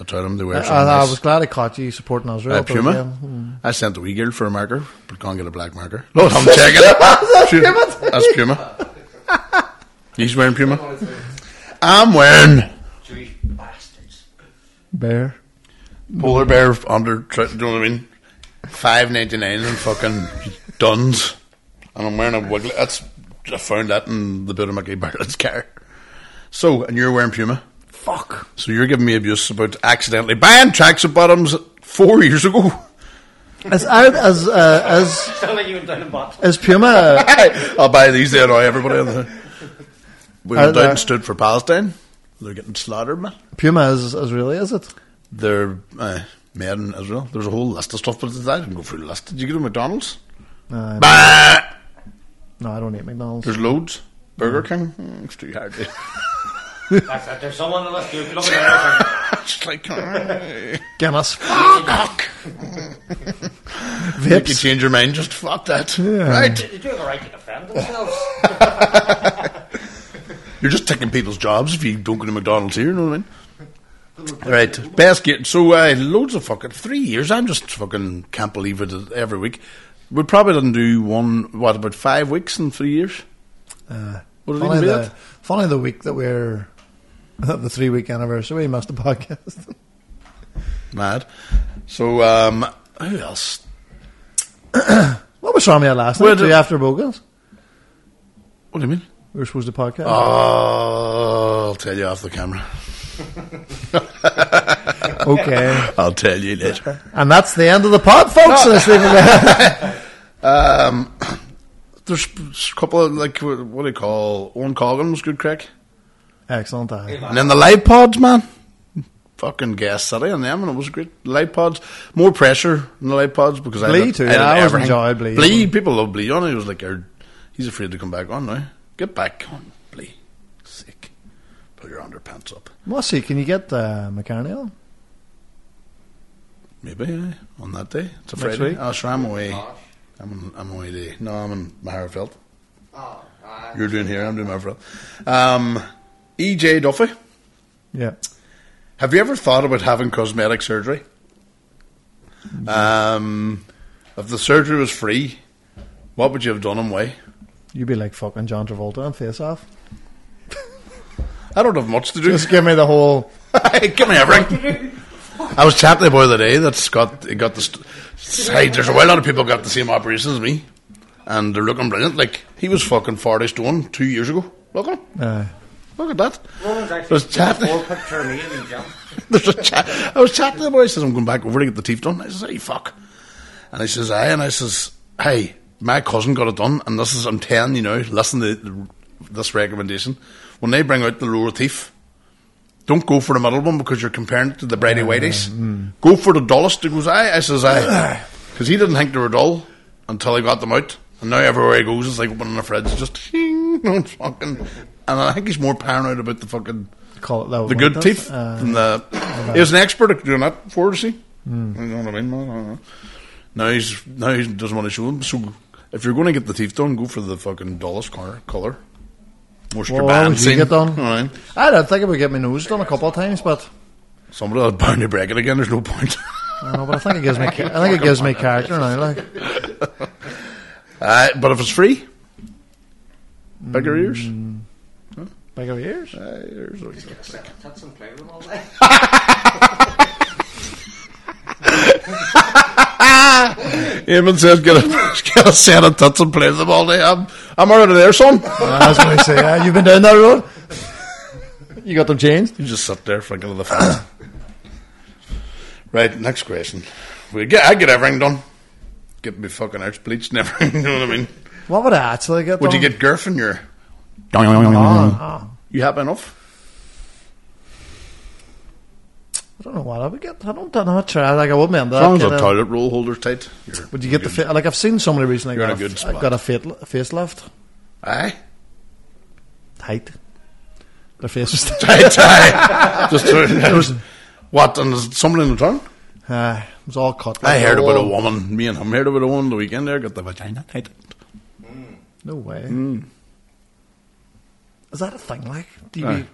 I told him they I, were. I, I was glad I caught you supporting Israel. Uh, at the Puma. weekend. I sent the wee girl for a marker, but can't get a black marker. Lord, I'm checking it. Shoot, That's Puma. He's wearing Puma. I'm wearing Jewish bastards. Bear. polar bear under. tr- Do you know what I mean? Five ninety nine and fucking duns, and I'm wearing a wiggly. That's I found that in the bit of Mickey Bartlett's car. So, and you're wearing Puma. Fuck. So you're giving me abuse about accidentally buying tracksuit bottoms four years ago. As out as uh, as Sound like you went down and bought. as Puma. I'll buy these there now, everybody. On the, we Are went down there- and stood for Palestine. They're getting slaughtered, man. Puma is Israeli, is it? They're uh, made in Israel. There's a whole list of stuff, but I didn't go through the list. Did you go to McDonald's? No, I- Bah! Uh, no, I don't eat McDonald's. There's loads. Burger King? Mm, it's too hard. That's it. There's someone on the list. You can look at it. it's like, uh, Guinness. fuck. If you Vapes. change your mind, just fuck that. Yeah. Right? They do have a right to defend themselves. You're just taking people's jobs if you don't go to McDonald's here, you know what I mean? Right, best gear. So uh, loads of fucking three years. I'm just fucking can't believe it every week. We probably didn't do one. What about five weeks in three years? Uh, What did funny, we do the, that? funny the week that we're the three week anniversary, we missed the podcast. Mad. So um, who else? what was wrong with you last Well, night? Two the- after Bogans? What do you mean? We were supposed to podcast. Uh, Oh, I'll tell you off the camera. Oh. Okay. I'll tell you later. and that's the end of the pod, folks. Let's leave it there. There's a couple of like what what do you call Owen Cogan was good crack, Excellent. aye. and then the live pods, man. Fucking gas city on them, and it was great. Live pods, more pressure in the live pods because I Blee did- too, I, did yeah, I always everything. enjoy Blee. people love Blee. On he was like, "Er, he's afraid to come back on now. Get back on, Blee. Sick. Put your underpants up. Mossy, can you get uh, McCarney on? Maybe eh, on that day. It's a Next Friday. week? Oh, sure, I'm away. I'm on, I'm away day. No, I'm in Maherfield. You're doing here. I'm doing Maherfield. Um, EJ Duffy. Yeah. Have you ever thought about having cosmetic surgery? Um, if the surgery was free, what would you have done and why? You'd be like fucking John Travolta on Face Off. I don't have much to do. Just give me the whole. Give me everything. I was chatting to a boy the day that's got he got the st- side. There's a whole lot of people got the same operation as me, and they're looking brilliant. Like he was fucking forty stone two years ago. Look at him. Uh, Look at that. Roland's I actually was chatting. full picture of me and John. There's a chat. I was chatting to the boy. He says, I'm going back over to get the teeth done. I says, hey, fuck. And he says, aye. And I says, hey, my cousin got it done. And this is, I'm telling you now, listen to the, this recommendation. When they bring out the lower teeth, don't go for the middle one because you're comparing it to the Brady Whiteys. Go for the dullest. He goes, aye. I says, aye. Because he didn't think they were dull until he got them out. And now everywhere he goes, it's like opening a fridge. Just, fucking. And I think he's more paranoid about the fucking call it that the good teeth. Uh, and the, he was an expert at doing that before, is he? Hmm. You know what I mean? I don't know. Now he's now he doesn't want to show them. So if you're going to get the teeth done, go for the fucking dullest color. color. Most Well, why would you get done? Right. I don't think I would get my nose done a couple of times, but Somebody will bound to break it again. There's no point. I don't know. But I think it gives me. ca- I think it gives me character now. Like, uh, but if it's free, bigger ears. Hmm. like over years. Uh, ears always look like- Tits and playroom all day. Eamon says, "Get a get a set of tits and play them all day." I'm I'm out of there, son. I was going to say, uh, you've been down that road. You got them changed. You just sit there thinking of the facts. right, next question. We get, I get everything done. Get me fucking arse bleached and everything. You know what I mean? What would I actually get? Would you done? get Mm-hmm. girth in your? Oh, oh. You happy enough? I don't know what I would get. I don't, I don't know. Try like I would mend that. As long as kinda- the toilet roll holder's tight. you're- uh, Would you get the you're good. fa- like I've seen somebody recently You're in got a a, good f- spot. got a fa- facelift Aye. tight. Their face was tight. Tight, aye. Just to, what? And is somebody in the town? Aye, Ah, was all cut. I like, heard about a all- woman. Me and him heard about a woman the weekend there. Got the vagina tight. No way. Hmm. Is that a thing? Like, do you? Aye.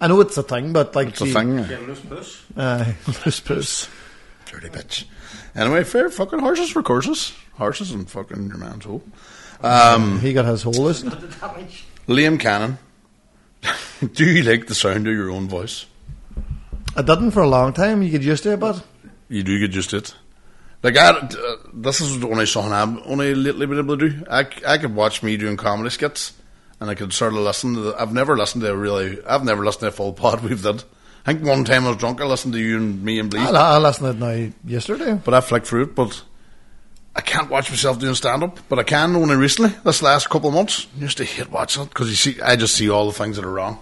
I know it's a thing, but like, It's a do you- thing. yeah. Get a loose puss. Aye, loose puss. Dirty bitch. Anyway, fair fucking horses for courses. Horses and fucking your man's hole. Hmm. He got his whole list. Liam Cannon. Do you like the sound of your own voice? I didn't for a long time. You get used to it, but You do get used to it. Like I, uh, this is the only song I've only lately been able to do. I, c- I could watch me doing comedy skits, and I could sort of listen to. The, I've never listened to a really. I've never listened to a full pod we've done. I think one time I was drunk. I listened to you and me and Bleed. I, I listened to it now yesterday. but I flick through it. But I can't watch myself doing stand up, but I can only recently. This last couple of months, I used to hate watching it because you see, I just see all the things that are wrong.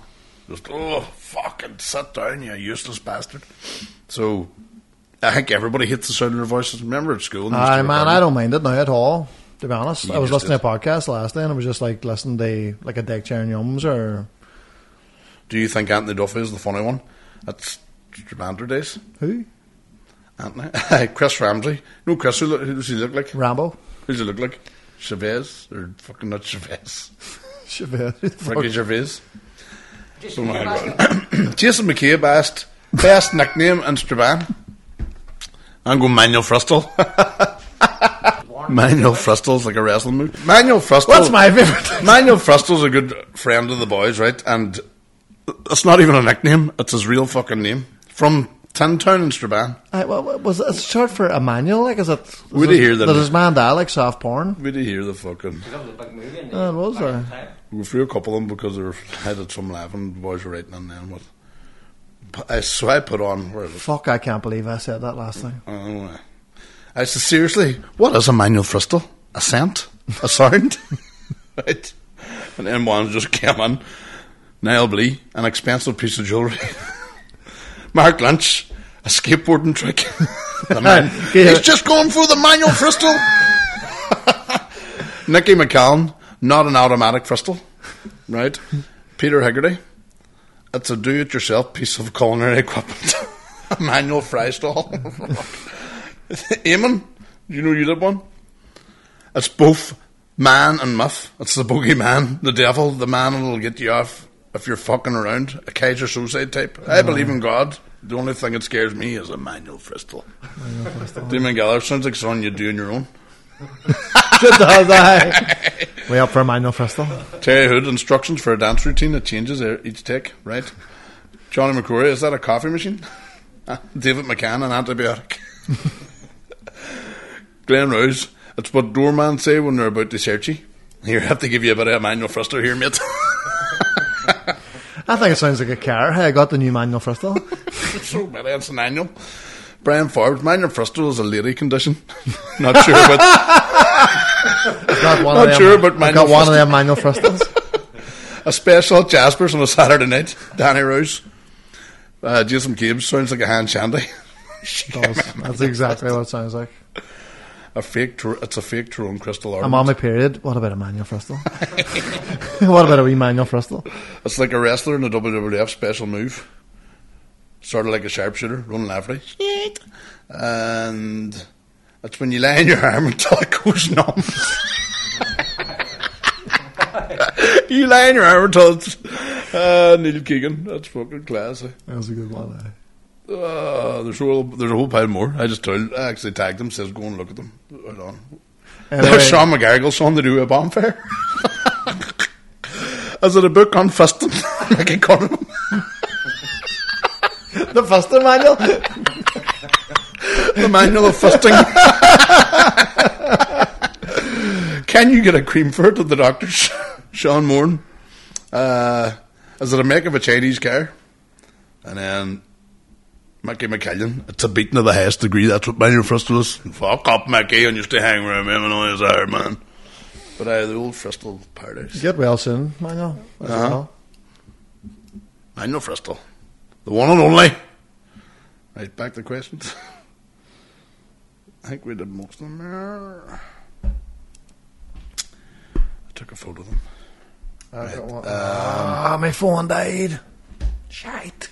Just oh fucking sit down, you useless bastard. So I think everybody hates the sound of their voices. Remember at school? they used to Aye, man, record I don't mind it now at all. To be honest, You I was just listening did. to a podcast last day, and I was just like listening to like a Dick Chair and Yums or it. Do you think Anthony Duffy is the funny one? That's Jermander days. who Anthony, Chris Ramsey. No, Chris. Who, look, who does he look like? Rambo. Who does he look like? Chavez or fucking not Chavez? Chavez. Ricky Gervais. Oh my God. Jason McCabe asked best nickname in Strabane. I'm going Manuel Frustle. Manuel Frustle's like a wrestling move. Manuel Frustle. What's my favourite? Manuel Frustle's a good friend of the boys, right? And it's not even a nickname; it's his real fucking name from Tintown in Strabane. Aye, well, what was it? it's short for Emmanuel? Like, is it? Is Would it, you hear that? Does his man die like soft porn? We did hear the fucking. That was a big movie. Yeah, it was, uh, We were through a couple of them because they were, I did some laughing. The boys were writing, and then what? I so I put on where is it? Fuck! I can't believe I said that last thing. Oh, uh, I said, seriously, what is a manual thrustle? A scent? A sound? right. And then one just came on. Niall Blee, an expensive piece of jewellery. Mark Lynch, a skateboarding trick. the man. Yeah. He's just going for the manual thrustle. Nicky McCallum, not an automatic thrustle. Right. Peter Higgerty, it's a do-it-yourself piece of culinary equipment. a manual fry stall. Eamon, do you know you did one? It's both man and muff. It's the bogeyman, the devil, the man that'll get you off if you're fucking around. A Kaiser suicide type. I believe in God. The only thing that scares me is a manual fristle. Demon Geller sounds like something you do on your own. does I? Way up for Emmanuel Fristol. Terry Hood instructions for a dance routine that changes e- each take, right? Johnny McCrory, is that a coffee machine? Ah, David McCann, an antibiotic. Glenn Rose, it's what doorman say when they're about to search you. Here, I have to give you a bit of a manual thruster here, mate. I think it sounds like a car. Hey, I got the new Emmanuel Fristol. so many, it's an annual. Brian Forbes, manual thruster is a lady condition. Not sure, but Got one Not of them, sure, but I've Manuel got one of them Manuel Fristles. a special at Jasper's on a Saturday night. Danny Rose. Uh, Jason Gibbs sounds like a hand shandy. Does. That's exactly what it sounds like. A fake, tr- it's a fake Tyrone crystal I'm ornament. on my period. What about a Manuel Fristol? what about a wee Manuel Fristol? It's like a wrestler in a WWF special move, sort of like a sharpshooter running after you. Shit. And that's when you lay in your arm until it goes numb. you lay in your arm until it's uh, Neil Keegan. That's fucking classy. That was a good one. eh? Uh, there's a whole there's a whole pile more. I just told I actually tagged them. Says go and look at them. Hold on. Anyway, Sean McGarrigle's on to do a bomb fair. Is it a book on fisting? Mickey Cunningham. the Fristol Manuel. The manual of fisting. Can you get a cream for it at the doctor's? Sean Morn. Uh, is it a make of a Chinese car? And then Mickey McKillian. It's a beating of the highest degree. That's what manual frustle is. Fuck up, Mickey, and you stay hanging around him and all his iron man. But uh, the old frustle paradise. Get well soon, Manuel. as Uh-huh. well. Manual frustle. The one and only. Right, back to questions. I think we did most of them. there. I took a photo of them. I've got one. Ah, my phone died. Shite.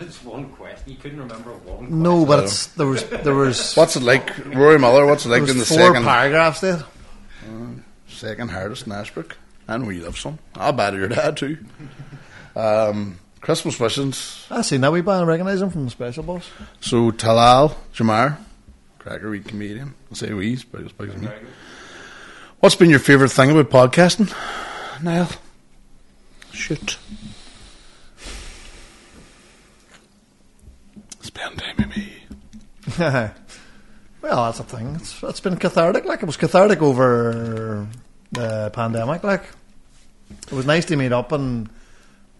just one question. You couldn't remember one question. No, but it's, there was there was, What's it like, Rory Muller? What's it there like was in the four second paragraphs there. second hardest in Ashbrook? And we love some. I'll batter your dad too. Um, Christmas wishes. I seen that wee boy. I recognise him from the special boss. So Talal Jamar, cracker wee comedian. I say we, he's about as big as me. What's been your favourite thing about podcasting, Niall? Shoot. Spend time with me. well, that's a thing. It's, it's been cathartic. Like it was cathartic over the pandemic. Like it was nice to meet up and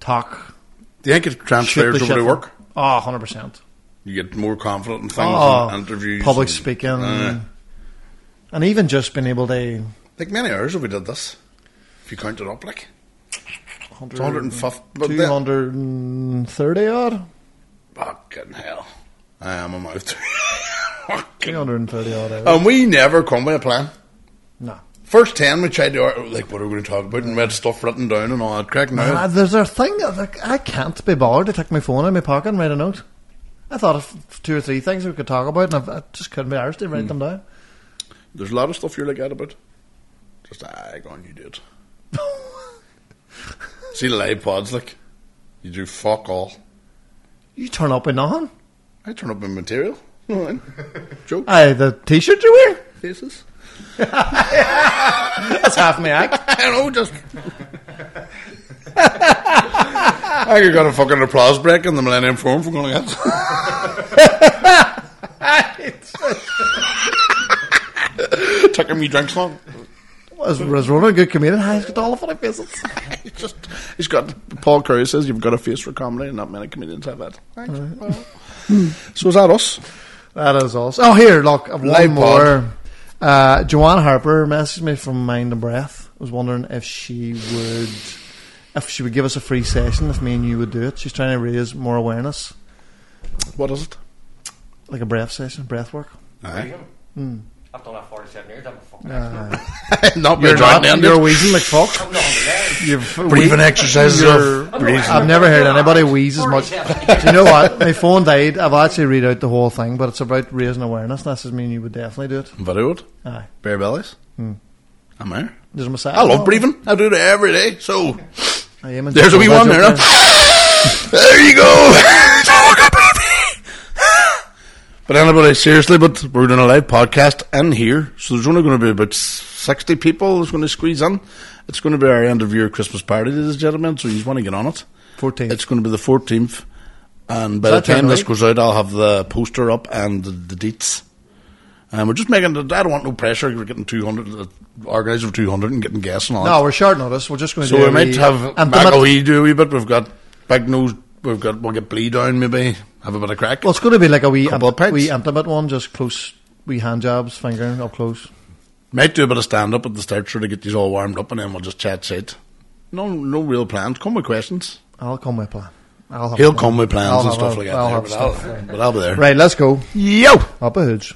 talk. Do you think it shoot the transfers over shit. to work? Oh, 100 percent. You get more confident in things, Oh, and interviews, public and- speaking, Uh, and even just being able to. like many hours have we did this? If you count it up, like it's 150, 105. But then- 230 odd, fucking hell, I am a mouth. 330 odd. hours. and we never come with a plan. No, First ten, we tried to uh, like what are we going to talk about, and we had stuff written down and all that crack. And I, Now, there's a thing that like, I can't be bothered to take my phone out of my pocket and write a note. I thought of two or three things we could talk about, and I've, I just couldn't be arsed to write them down. there's a lot of stuff you're like that about. Just I go on, you did. See the live pods, like you do fuck all. You turn up with nothing. I turn up my material. Alright. Joke Aye, the t-shirt you wear. faces. That's half my act. I don't know, Oh, just. I could got a fucking applause break in the Millennium Forum for going against. Taking me drinks long. was, was Ronan a good comedian? Aye, he's got all the funny faces. It's just, he's got Paul Curry says you've got a face for comedy, and not many comedians have that. Thanks. Well. so is that us? That is awesome. Oh, here, look, I've Live one more. Uh, Joanne Harper messaged me from Mind and Breath. I was wondering if she would, if she would give us a free session if me and you would do it. She's trying to raise more awareness, What is it? like a breath session, breath work. Aye. Hmm. I've done that 47 years. I'm a fucking. Uh-huh. Uh, not You're your not, joint you're wheezing like fuck. I'm not on the line. You've Breathing exercises. You're- of breathing. I've never heard anybody wheeze as much. Forty-seven. Do you know what? My phone died. I've actually read out the whole thing, but it's about raising awareness. That's just mean you would definitely do it. Very good. Aye. Bare bellies. I'm there. There's a massage. I love breathing. I do it every day. So I am in- There's a wee one there. no? There you go. but anybody, seriously, but we're doing a live podcast in here, so there's only going to be about sixty people that's going to squeeze in. It's going to be our end of year Christmas party, ladies and gentlemen. So you want to get on it. 14. It's going to be the fourteenth, and by the Is that time this January? goes out, I'll have the poster up and the, the dates. And we're just making. it- I don't want no pressure. We're getting two hundred, uh, organising two hundred, and getting guests and all. that. No, we're short notice. We're just going to So do we a might wee- uh, have and back the- a wee do a wee bit. We've got big nose. We've got we'll get bleed down maybe. Have a bit of crack. Well, it's going to be like a wee, Couple of pints. wee intimate one, just close, wee hand jobs, fingering up close. Might do a bit of stand up at the start, sort of get these all warmed up, and then we'll just chat shit. No, no real plans. Come with questions. I'll come with plan. I'll have He'll a plan. come with plans I'll and have stuff a- like that. I'll there, have but, stuff. I'll, but I'll be there. Right, let's go. Yo. Up a hoods.